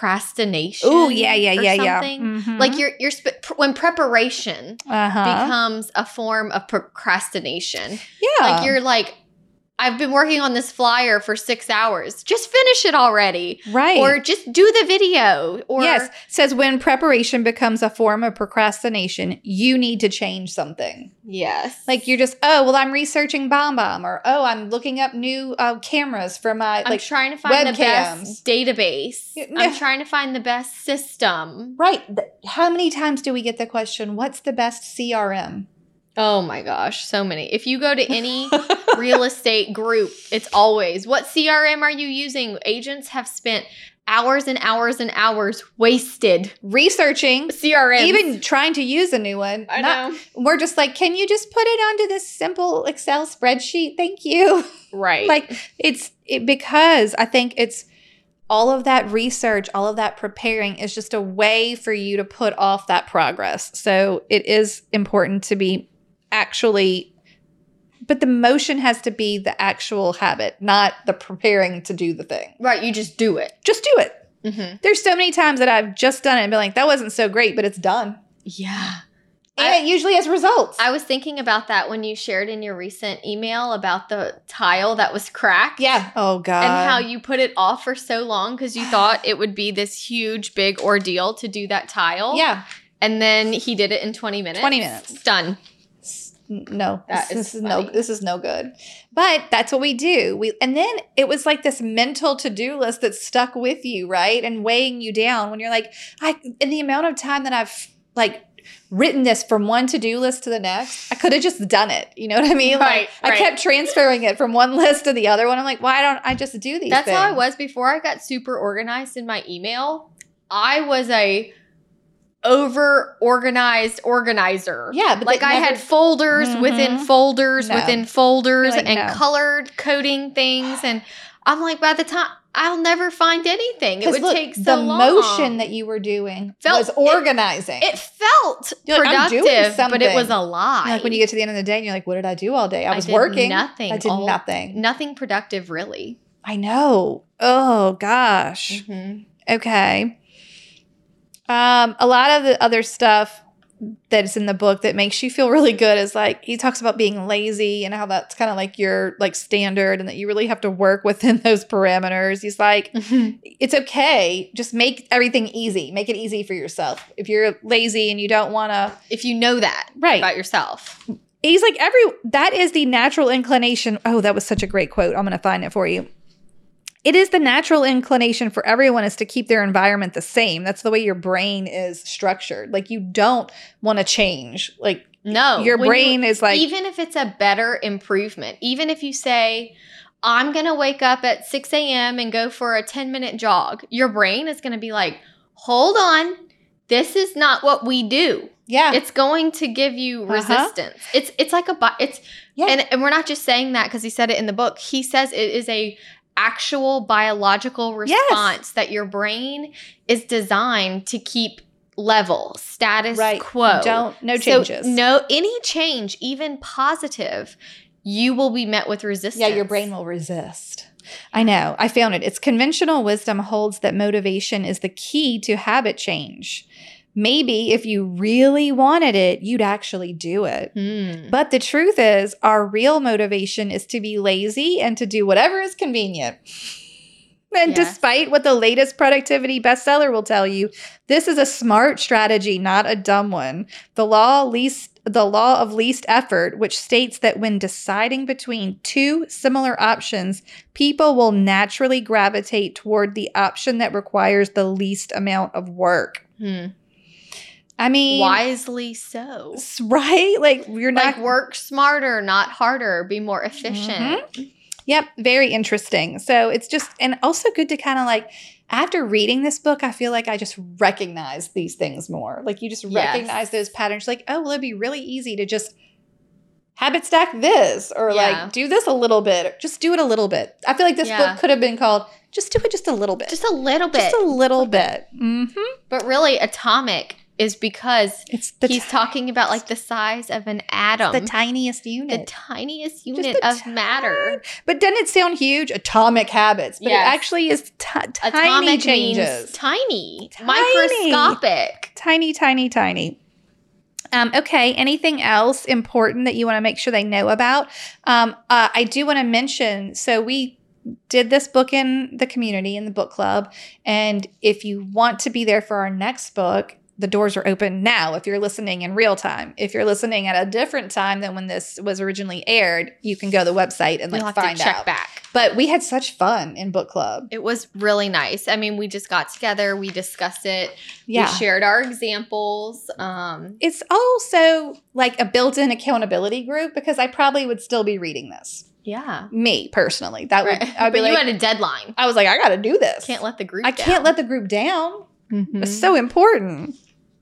Speaker 3: procrastination?
Speaker 4: oh yeah, yeah,
Speaker 3: or
Speaker 4: yeah, yeah. Mm-hmm.
Speaker 3: something? Like you're you're sp- pr- when preparation
Speaker 4: uh-huh.
Speaker 3: becomes a form of procrastination.
Speaker 4: yeah.
Speaker 3: Like you're like I've been working on this flyer for 6 hours. Just finish it already
Speaker 4: right.
Speaker 3: or just do the video or
Speaker 4: yes, says when preparation becomes a form of procrastination, you need to change something.
Speaker 3: Yes.
Speaker 4: Like you're just, oh, well, I'm researching Bomb Bomb, or oh, I'm looking up new uh, cameras for my
Speaker 3: I'm
Speaker 4: like.
Speaker 3: trying to find the
Speaker 4: webcams.
Speaker 3: best database.
Speaker 4: Yeah,
Speaker 3: I'm
Speaker 4: no.
Speaker 3: trying to find the best system.
Speaker 4: right. Th- how many times do we get the question, "What's the best CRM?"
Speaker 3: Oh my gosh, so many. If you go to any real estate group, it's always what CRM are you using? Agents have spent hours and hours and hours wasted
Speaker 4: Researching,
Speaker 3: CRM.
Speaker 4: even trying to use a new one.
Speaker 3: I
Speaker 4: Not-
Speaker 3: know.
Speaker 4: We're just like, can you just put it onto this simple Excel spreadsheet? Thank you.
Speaker 3: Right.
Speaker 4: like it's it, because i think it's all of that research all of that preparing is just a way for you to put off that progress so it is important to be actually but the motion has to be the actual habit not the preparing to do the thing
Speaker 3: right, you just do it.
Speaker 4: just do it
Speaker 3: Mhm.
Speaker 4: there's so many times that i've just done it and been like that wasn't so great but it's done
Speaker 3: Yeah.
Speaker 4: and
Speaker 3: I-
Speaker 4: it usually has results
Speaker 3: I was thinking about that when you shared in your recent email about the tile that was cracked.
Speaker 4: yeah oh god
Speaker 3: and how you put it off for so long because you thought it would be this huge big ordeal to do that tile.
Speaker 4: yeah
Speaker 3: And then he did it in 20 minutes.
Speaker 4: 20 minutes.
Speaker 3: Done.
Speaker 4: S- no
Speaker 3: That
Speaker 4: this,
Speaker 3: is
Speaker 4: this is no
Speaker 3: funny.
Speaker 4: this is no good but that's what we do we and then it was like this mental to-do list that stuck with you right and weighing you down when you're like i in the amount of time that i've like written this from one to-do list to the next i could have just done it you know what i mean
Speaker 3: Right,
Speaker 4: like i
Speaker 3: right.
Speaker 4: kept transferring it from one list to the other one i'm like why don't i just do these
Speaker 3: That's how I
Speaker 4: things?
Speaker 3: was before I got super organized in my email. I was a over organized organizer.
Speaker 4: yeah but
Speaker 3: Like
Speaker 4: that
Speaker 3: I
Speaker 4: never-
Speaker 3: had folders within
Speaker 4: Mhm.
Speaker 3: folders
Speaker 4: No.
Speaker 3: within folders
Speaker 4: You're like,
Speaker 3: and
Speaker 4: no.
Speaker 3: colored coding things and I'm like by the time I'll never find anything. It
Speaker 4: 'cause
Speaker 3: would
Speaker 4: look,
Speaker 3: take so
Speaker 4: the
Speaker 3: long.
Speaker 4: motion that you were doing
Speaker 3: Felt-
Speaker 4: was
Speaker 3: it-
Speaker 4: organizing
Speaker 3: It felt
Speaker 4: You're like, I'm doing
Speaker 3: productive, but it was
Speaker 4: something.
Speaker 3: a lie.
Speaker 4: like when you get to the end of the day and you're like what did i do all day i was
Speaker 3: did
Speaker 4: working
Speaker 3: nothing.
Speaker 4: I did
Speaker 3: all-
Speaker 4: nothing.
Speaker 3: Nothing productive, really.
Speaker 4: I know. Oh gosh. Okay. Um, a lot of the other stuff that's in the book that makes you feel really good is like he talks about being lazy and how that's kind of like your like standard and that you really have to work within those parameters. He's like, it's okay. Just make everything easy. Make it easy for yourself. If you're lazy and you don't want to,
Speaker 3: if you know that
Speaker 4: right?
Speaker 3: about yourself,
Speaker 4: he's like every that is the natural inclination oh that was such a great quote i'm going to find it for you it is the natural inclination for everyone is to keep their environment the same that's the way your brain is structured like you don't want to change like
Speaker 3: no,
Speaker 4: your
Speaker 3: When you-
Speaker 4: brain is like
Speaker 3: even if it's a better improvement, even if you say, I'm going to wake up at 6 a.m. and go for a 10 minute jog, your brain is going to be like, hold on, this is not what we do.
Speaker 4: Yeah.
Speaker 3: It's going to give you
Speaker 4: Uh-huh.
Speaker 3: resistance. It's it's like a bi- it's
Speaker 4: Yeah.
Speaker 3: and and we're not just saying that because he said it in the book. He says it is a actual biological
Speaker 4: Yes.
Speaker 3: response that your brain is designed to keep level status
Speaker 4: Right.
Speaker 3: quo.
Speaker 4: Don't no
Speaker 3: So
Speaker 4: changes.
Speaker 3: no any change, even positive, you will be met with resistance.
Speaker 4: Yeah, your brain will resist. I know. I found it. It's conventional wisdom holds that motivation is the key to habit change. Maybe if you really wanted it, you'd actually do it.
Speaker 3: Hmm.
Speaker 4: But the truth is, our real motivation is to be lazy and to do whatever is convenient. And
Speaker 3: Yes.
Speaker 4: despite what the latest productivity bestseller will tell you, this is a smart strategy, not a dumb one. The law least the law of least effort, which states that when deciding between two similar options, people will naturally gravitate toward the option that requires the least amount of work.
Speaker 3: Hmm.
Speaker 4: I mean,
Speaker 3: Wisely so.
Speaker 4: right? Like you're not
Speaker 3: Like work smarter, not harder, be more efficient.
Speaker 4: Mm-hmm. Yep, very interesting. So it's just, and also good to kind of like, after reading this book, I feel like I just recognize these things more. Like you just
Speaker 3: Yes.
Speaker 4: recognize those patterns. Like, oh, well, it'd be really easy to just habit stack this or
Speaker 3: Yeah.
Speaker 4: like do this a little bit, or just do it a little bit. I feel like this
Speaker 3: Yeah.
Speaker 4: book could have been called just do it just a little bit.
Speaker 3: Just a little bit.
Speaker 4: Just a little bit. Mm-hmm.
Speaker 3: but really, atomic is because
Speaker 4: It's the,
Speaker 3: he's
Speaker 4: ti-
Speaker 3: talking about like the size of an atom,
Speaker 4: the tiniest
Speaker 3: The
Speaker 4: unit.
Speaker 3: tiniest
Speaker 4: Just
Speaker 3: unit
Speaker 4: the
Speaker 3: of matter.
Speaker 4: but doesn't it sound huge? Atomic habits. But
Speaker 3: Yes.
Speaker 4: it actually is ti- tiny
Speaker 3: Atomic
Speaker 4: changes.
Speaker 3: means tiny,
Speaker 4: Tiny.
Speaker 3: microscopic.
Speaker 4: tiny, tiny, tiny. Um, okay, anything else important that you want to make sure they know about? Um, uh, I do want to mention so we did this book in the community, in the book club. And if you want to be there for our next book, the doors are open now if you're listening in real time. If you're listening at a different time than when this was originally aired, you can go to the website and
Speaker 3: We'll
Speaker 4: like
Speaker 3: have
Speaker 4: find
Speaker 3: to check
Speaker 4: out.
Speaker 3: back.
Speaker 4: But we had such fun in book club.
Speaker 3: It was really nice. I mean, we just got together, we discussed it,
Speaker 4: Yeah.
Speaker 3: we shared our examples. Um,
Speaker 4: it's also like a built-in accountability group because I probably would still be reading this.
Speaker 3: yeah.
Speaker 4: Me personally, that
Speaker 3: Right.
Speaker 4: would
Speaker 3: But
Speaker 4: I'd be
Speaker 3: you
Speaker 4: like,
Speaker 3: had a deadline.
Speaker 4: I was like, I got to do this.
Speaker 3: Can't let the group.
Speaker 4: I can't let the group down.
Speaker 3: Mm-hmm.
Speaker 4: It's so important.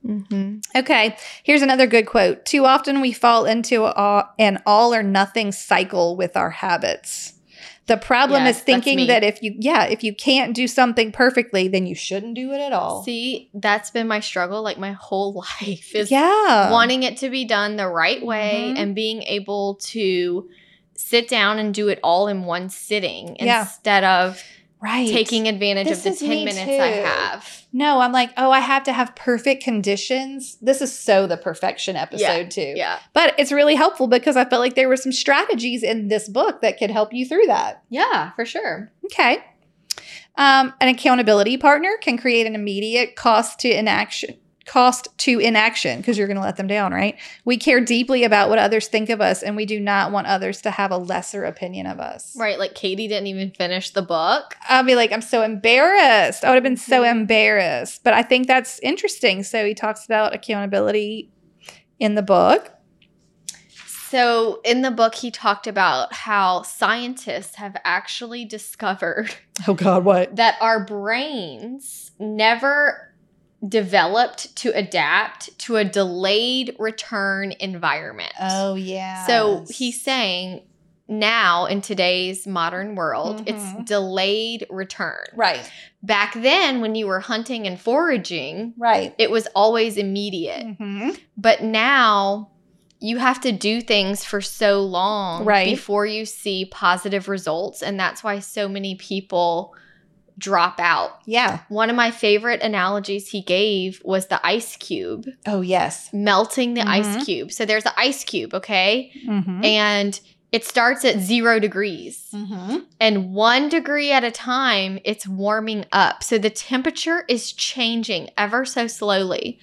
Speaker 4: Mm-hmm. Okay, here's another good quote. Too often we fall into a, an all or nothing cycle with our habits. The problem
Speaker 3: Yes,
Speaker 4: is
Speaker 3: that's
Speaker 4: thinking
Speaker 3: me.
Speaker 4: that if you yeah, if you can't do something perfectly, then you shouldn't do it at all.
Speaker 3: See, that's been my struggle like my whole life is
Speaker 4: yeah.
Speaker 3: wanting it to be done the right way
Speaker 4: Mhm.
Speaker 3: and being able to sit down and do it all in one sitting
Speaker 4: Yeah.
Speaker 3: instead of
Speaker 4: right.
Speaker 3: taking advantage
Speaker 4: This
Speaker 3: of the
Speaker 4: is
Speaker 3: 10
Speaker 4: me
Speaker 3: minutes
Speaker 4: too.
Speaker 3: I have.
Speaker 4: No, I'm like, oh, I have to have perfect conditions. This is so the perfection episode too.
Speaker 3: Yeah.
Speaker 4: But it's really helpful because I felt like there were some strategies in this book that could help you through that.
Speaker 3: Yeah, for sure.
Speaker 4: Okay. Um, an accountability partner can create an immediate cost to inaction cost to inaction because you're going to let them down, right? We care deeply about what others think of us and we do not want others to have a lesser opinion of us.
Speaker 3: Right. Like Katie didn't even finish the book.
Speaker 4: I'll be like, I'm so embarrassed. I would have been so
Speaker 3: Mhm.
Speaker 4: embarrassed. But I think that's interesting. So he talks about accountability in the book.
Speaker 3: So in the book, he talked about how scientists have actually discovered
Speaker 4: Oh God, what?
Speaker 3: that our brains never developed to adapt to a delayed return environment.
Speaker 4: Oh yeah.
Speaker 3: So he's saying now in today's modern world,
Speaker 4: Mhm.
Speaker 3: it's delayed return.
Speaker 4: right,
Speaker 3: Back then, when you were hunting and foraging,
Speaker 4: right.
Speaker 3: it was always immediate.
Speaker 4: Mhm.
Speaker 3: But now, you have to do things for so long
Speaker 4: Right.
Speaker 3: before you see positive results. And that's why so many people drop out.
Speaker 4: Yeah.
Speaker 3: One of my favorite analogies he gave was the ice cube,
Speaker 4: Oh yes.
Speaker 3: melting the
Speaker 4: Mhm.
Speaker 3: ice cube. So there's an ice cube, okay?
Speaker 4: Mm-hmm.
Speaker 3: and it starts at zero degrees. And one degree at a time, it's warming up. So the temperature is changing ever so slowly.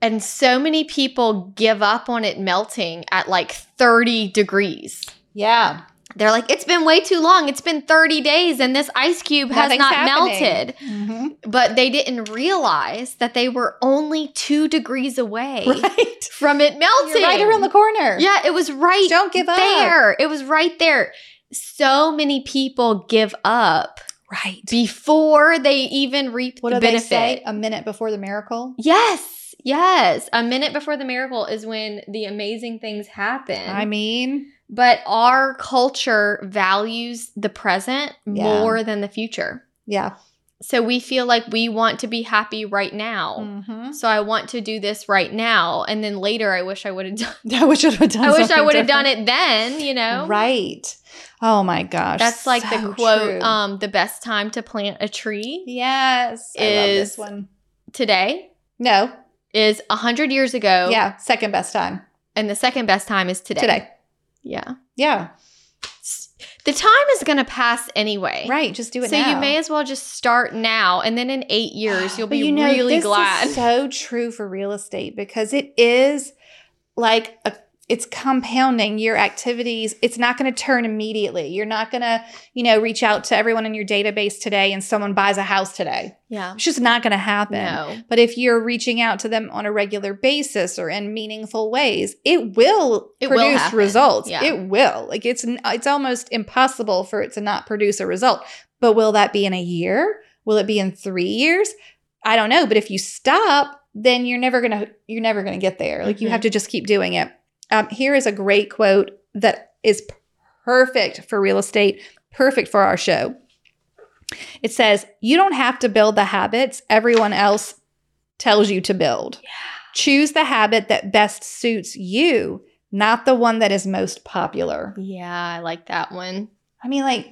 Speaker 3: And so many people give up on it melting at like 30 degrees.
Speaker 4: Yeah.
Speaker 3: They're like, it's been way too long. It's been 30 days and this ice cube has
Speaker 4: Nothing's
Speaker 3: not
Speaker 4: happening."
Speaker 3: melted.
Speaker 4: Mm-hmm.
Speaker 3: But they didn't realize that they were only two degrees away
Speaker 4: Right.
Speaker 3: from it melting.
Speaker 4: You're right around the corner.
Speaker 3: Yeah, it was right
Speaker 4: Don't give up.
Speaker 3: there. It was right there. So many people give up
Speaker 6: Right.
Speaker 3: before they even reap
Speaker 4: What
Speaker 3: the
Speaker 4: do they
Speaker 3: benefit.
Speaker 4: say? A minute before the miracle.
Speaker 3: Yes, yes. A minute before the miracle is when the amazing things happen.
Speaker 4: I mean,
Speaker 3: but our culture values the present
Speaker 4: Yeah.
Speaker 3: more than the future.
Speaker 4: yeah.
Speaker 3: So we feel like we want to be happy right now.
Speaker 4: Mm-hmm.
Speaker 3: So I want to do this right now, and then later I wish I would have done.
Speaker 4: I wish I would have done.
Speaker 3: I wish I
Speaker 4: something
Speaker 3: would have done
Speaker 4: different.
Speaker 3: it then. You know,
Speaker 4: Right. Oh my gosh.
Speaker 3: That's like
Speaker 4: so
Speaker 3: the quote.
Speaker 4: true.
Speaker 3: Um, the best time to plant a tree
Speaker 4: yes. I love
Speaker 3: is-
Speaker 4: this one.
Speaker 3: today
Speaker 4: No.
Speaker 3: is a hundred years ago.
Speaker 4: Yeah. Second best time
Speaker 3: and the second best time is today.
Speaker 4: today.
Speaker 3: Yeah.
Speaker 4: Yeah.
Speaker 3: The time is going to pass anyway.
Speaker 4: Right. Just do it
Speaker 3: so
Speaker 4: now.
Speaker 3: you may as well just start now, and then in eight years you'll
Speaker 4: But
Speaker 3: be
Speaker 4: you know,
Speaker 3: really
Speaker 4: this
Speaker 3: glad.
Speaker 4: Is so true for real estate because it is like a it's compounding your activities. It's not going to turn immediately. You're not going to, you know, reach out to everyone in your database today and someone buys a house today.
Speaker 3: yeah.
Speaker 4: It's just not going to happen.
Speaker 3: No.
Speaker 4: But if you're reaching out to them on a regular basis or in meaningful ways, it will
Speaker 3: It will
Speaker 4: produce
Speaker 3: happen.
Speaker 4: results.
Speaker 3: Yeah.
Speaker 4: It will. Like it's n- it's almost impossible for it to not produce a result. But will that be in a year? Will it be in 3 years? I don't know, but if you stop, then you're never going to you're never going to get there. Like you
Speaker 3: Mm-hmm.
Speaker 4: have to just keep doing it. Um, here is a great quote that is perfect for real estate, perfect for our show. It says, You don't have to build the habits everyone else tells you to build. Choose the habit that best suits you, not the one that is most popular.
Speaker 3: Yeah, I like that one.
Speaker 4: I mean, like,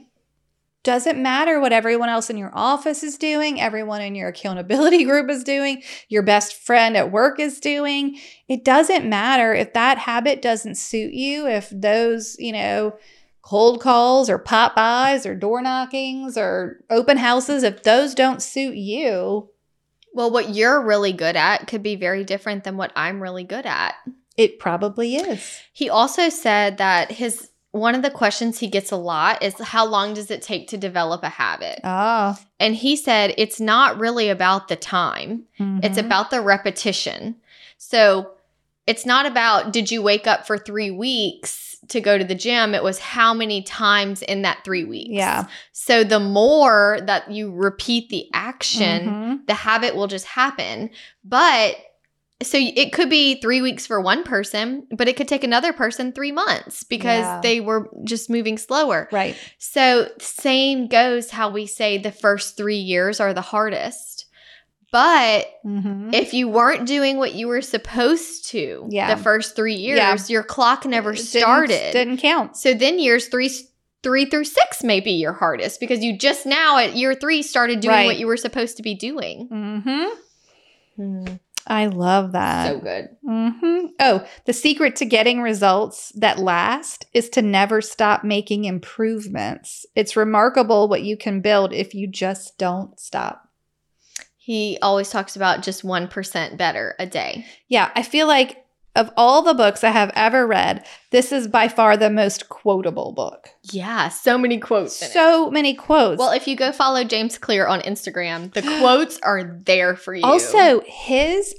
Speaker 4: doesn't matter what everyone else in your office is doing, everyone in your accountability group is doing, your best friend at work is doing. It doesn't matter if that habit doesn't suit you, if those, you know, cold calls or pop buys or door knockings or open houses, if those don't suit you,
Speaker 3: Well, what you're really good at could be very different than what I'm really good at.
Speaker 4: it probably is.
Speaker 3: He also said that his one of the questions he gets a lot is how long does it take to develop a habit?
Speaker 4: Oh,
Speaker 3: And he said it's not really about the time. It's
Speaker 4: Mm-hmm.
Speaker 3: about the repetition. So it's not about did you wake up for three weeks to go to the gym? It was how many times in that three weeks.
Speaker 4: Yeah.
Speaker 3: So the more that you repeat the action,
Speaker 4: Mhm.
Speaker 3: the habit will just happen. But so it could be three weeks for one person, but it could take another person three months because
Speaker 4: Yeah.
Speaker 3: they were just moving slower.
Speaker 4: Right.
Speaker 3: So, same goes how we say the first three years are the hardest. But
Speaker 4: Mhm.
Speaker 3: if you weren't doing what you were supposed to
Speaker 4: Yeah.
Speaker 3: the first three years,
Speaker 4: Yeah.
Speaker 3: your clock never
Speaker 4: Didn't-
Speaker 3: started.
Speaker 4: Didn't count.
Speaker 3: So then years three three through six may be your hardest because you just now at year three started doing
Speaker 4: Right.
Speaker 3: what you were supposed to be doing.
Speaker 4: hmm
Speaker 3: Mm-hmm.
Speaker 4: I love that.
Speaker 3: So good.
Speaker 4: hmm Oh, the secret to getting results that last is to never stop making improvements. It's remarkable what you can build if you just don't stop.
Speaker 3: He always talks about just one percent better a day.
Speaker 4: Yeah, I feel like of all the books I have ever read, this is by far the most quotable book.
Speaker 3: Yeah, so many quotes. in it.
Speaker 4: So many quotes.
Speaker 3: Well, if you go follow James Clear on Instagram, the quotes are there for you.
Speaker 4: Also, his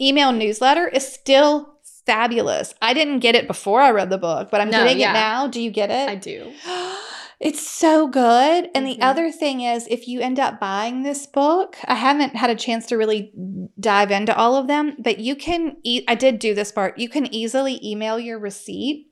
Speaker 4: email newsletter is still fabulous. I didn't get it before I read the book, but I'm
Speaker 3: No,
Speaker 4: getting
Speaker 3: yeah.
Speaker 4: it now. Do you get it?
Speaker 3: I do.
Speaker 4: It's so good. And
Speaker 3: Mhm.
Speaker 4: the other thing is, if you end up buying this book, I haven't had a chance to really dive into all of them, but you can, e- I did do this part, you can easily email your receipt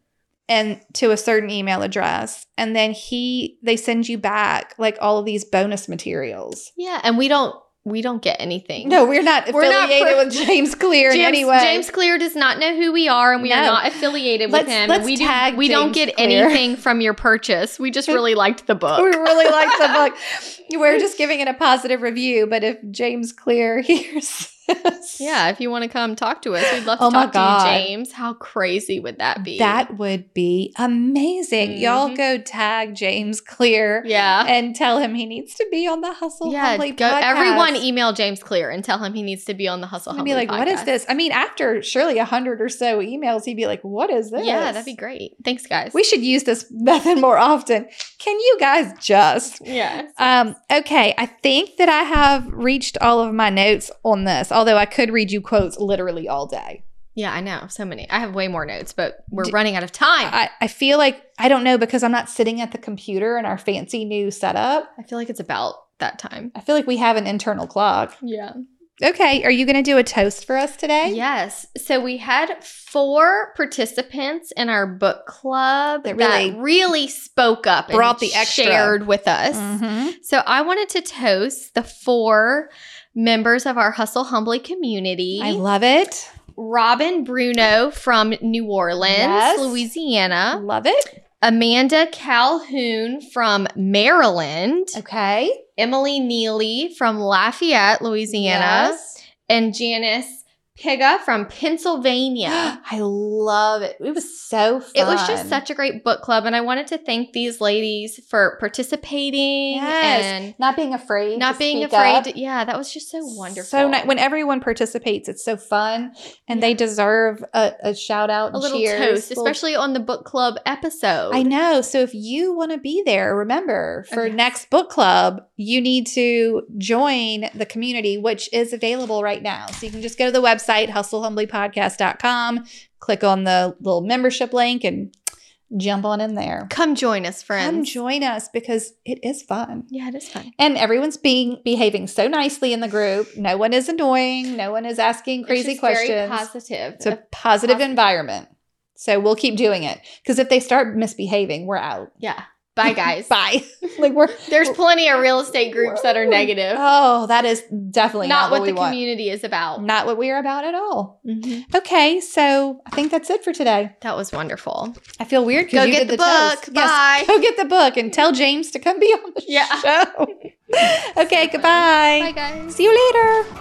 Speaker 4: and to a certain email address. And then he, they send you back like all of these bonus materials.
Speaker 3: Yeah, and we don't we don't get anything.
Speaker 4: No, we're not
Speaker 3: We're not
Speaker 4: affiliated
Speaker 3: pro-
Speaker 4: with James Clear
Speaker 3: James,
Speaker 4: in any way.
Speaker 3: James Clear does not know who we are, and we are
Speaker 4: No.
Speaker 3: not affiliated
Speaker 4: Let's-
Speaker 3: with him.
Speaker 4: let's
Speaker 3: we
Speaker 4: tag
Speaker 3: do, we don't
Speaker 4: James
Speaker 3: get
Speaker 4: Clear.
Speaker 3: anything from your purchase. We just really liked the book.
Speaker 4: we really like the book. We're just giving it a positive review, but if James Clear hears this,
Speaker 3: Yeah, if you want to come talk to us, we'd love to
Speaker 4: Oh my
Speaker 3: talk
Speaker 4: God.
Speaker 3: to you, James. How crazy would that be?
Speaker 4: That would be amazing. Y'all
Speaker 3: Mhm.
Speaker 4: go tag James Clear
Speaker 3: yeah.
Speaker 4: and tell him he needs to be on the Hustle
Speaker 3: Yeah,
Speaker 4: Humbly
Speaker 3: go,
Speaker 4: podcast.
Speaker 3: everyone email James Clear and tell him he needs to be on the Hustle
Speaker 4: and be
Speaker 3: Humbly
Speaker 4: like, what is
Speaker 3: podcast.
Speaker 4: this? I mean, after surely a hundred or so emails, he'd be like, what is this?
Speaker 3: Yeah, that'd be great. Thanks, guys.
Speaker 4: We should use this method more often. Can you guys just?
Speaker 3: yeah.
Speaker 4: Um, okay, I think that I have reached all of my notes on this, although I could read you quotes literally all day.
Speaker 3: Yeah, I know. So many. I have way more notes, but we're
Speaker 4: D-
Speaker 3: running out of time. I,
Speaker 4: I, I feel like I don't know because I'm not sitting at the computer in our fancy new setup.
Speaker 3: feel like it's about that time.
Speaker 4: I feel like we have an internal clock.
Speaker 3: Yeah.
Speaker 4: Okay, are you going to do a toast for us today?
Speaker 3: Yes. So we had four participants in our book club
Speaker 4: That
Speaker 3: that
Speaker 4: really
Speaker 3: really, spoke up
Speaker 4: brought
Speaker 3: and
Speaker 4: the extra.
Speaker 3: shared with us.
Speaker 4: Mhm.
Speaker 3: So I wanted to toast the four members of our Hustle Humbly community.
Speaker 4: I love it.
Speaker 3: Robin Bruno from New Orleans,
Speaker 4: Yes.
Speaker 3: Louisiana.
Speaker 4: Love it.
Speaker 3: Amanda Calhoun from Maryland.
Speaker 4: Okay.
Speaker 3: Emily Neely from Lafayette, Louisiana.
Speaker 4: Yes.
Speaker 3: And Janice Piga from Pennsylvania.
Speaker 4: I love it. It was so fun.
Speaker 3: It was just such a great book club, and I wanted to thank these ladies for participating
Speaker 4: Yes.
Speaker 3: and
Speaker 4: not being afraid.
Speaker 3: not
Speaker 4: to
Speaker 3: being
Speaker 4: speak
Speaker 3: afraid.
Speaker 4: up.
Speaker 3: to- yeah, that was just so wonderful.
Speaker 4: So ni- when everyone participates, it's so fun, and they deserve a, a shout out, and
Speaker 3: a little
Speaker 4: cheers,
Speaker 3: toast,
Speaker 4: little-
Speaker 3: especially on the book club episode. Oh,
Speaker 4: I know. So if you want to be there, remember for
Speaker 3: Okay.
Speaker 4: next book club, you need to join the community, which is available right now. So you can just go to the website, hustlehumblypodcast.com, click on the little membership link, and jump on in there.
Speaker 3: Come join us, friends.
Speaker 4: Come join us because it is fun.
Speaker 3: yeah, it is fun.
Speaker 4: And everyone's being behaving so nicely in the group. No one is annoying. No one is asking crazy
Speaker 3: it's just
Speaker 4: questions.
Speaker 3: Very positive.
Speaker 4: It's a positive
Speaker 3: positive-
Speaker 4: environment. So we'll keep doing it because if they start misbehaving, we're out.
Speaker 3: yeah. Bye, guys.
Speaker 4: Bye. like we're
Speaker 3: There's plenty of real estate groups that are negative.
Speaker 4: oh, that is definitely
Speaker 3: not
Speaker 4: not,
Speaker 3: what,
Speaker 4: we
Speaker 3: the
Speaker 4: want.
Speaker 3: community is about. Mm-hmm.
Speaker 4: Not what we're about at all. Okay, so I think that's it for today.
Speaker 3: That was wonderful.
Speaker 4: I feel weird
Speaker 3: Go
Speaker 4: because you
Speaker 3: get
Speaker 4: did
Speaker 3: the
Speaker 4: toast.
Speaker 3: book.
Speaker 4: Yes,
Speaker 3: Bye.
Speaker 4: go get the book and tell James to come be on the
Speaker 3: Yeah.
Speaker 4: show. okay,
Speaker 3: Bye,
Speaker 4: goodbye.
Speaker 3: guys.
Speaker 4: See you later.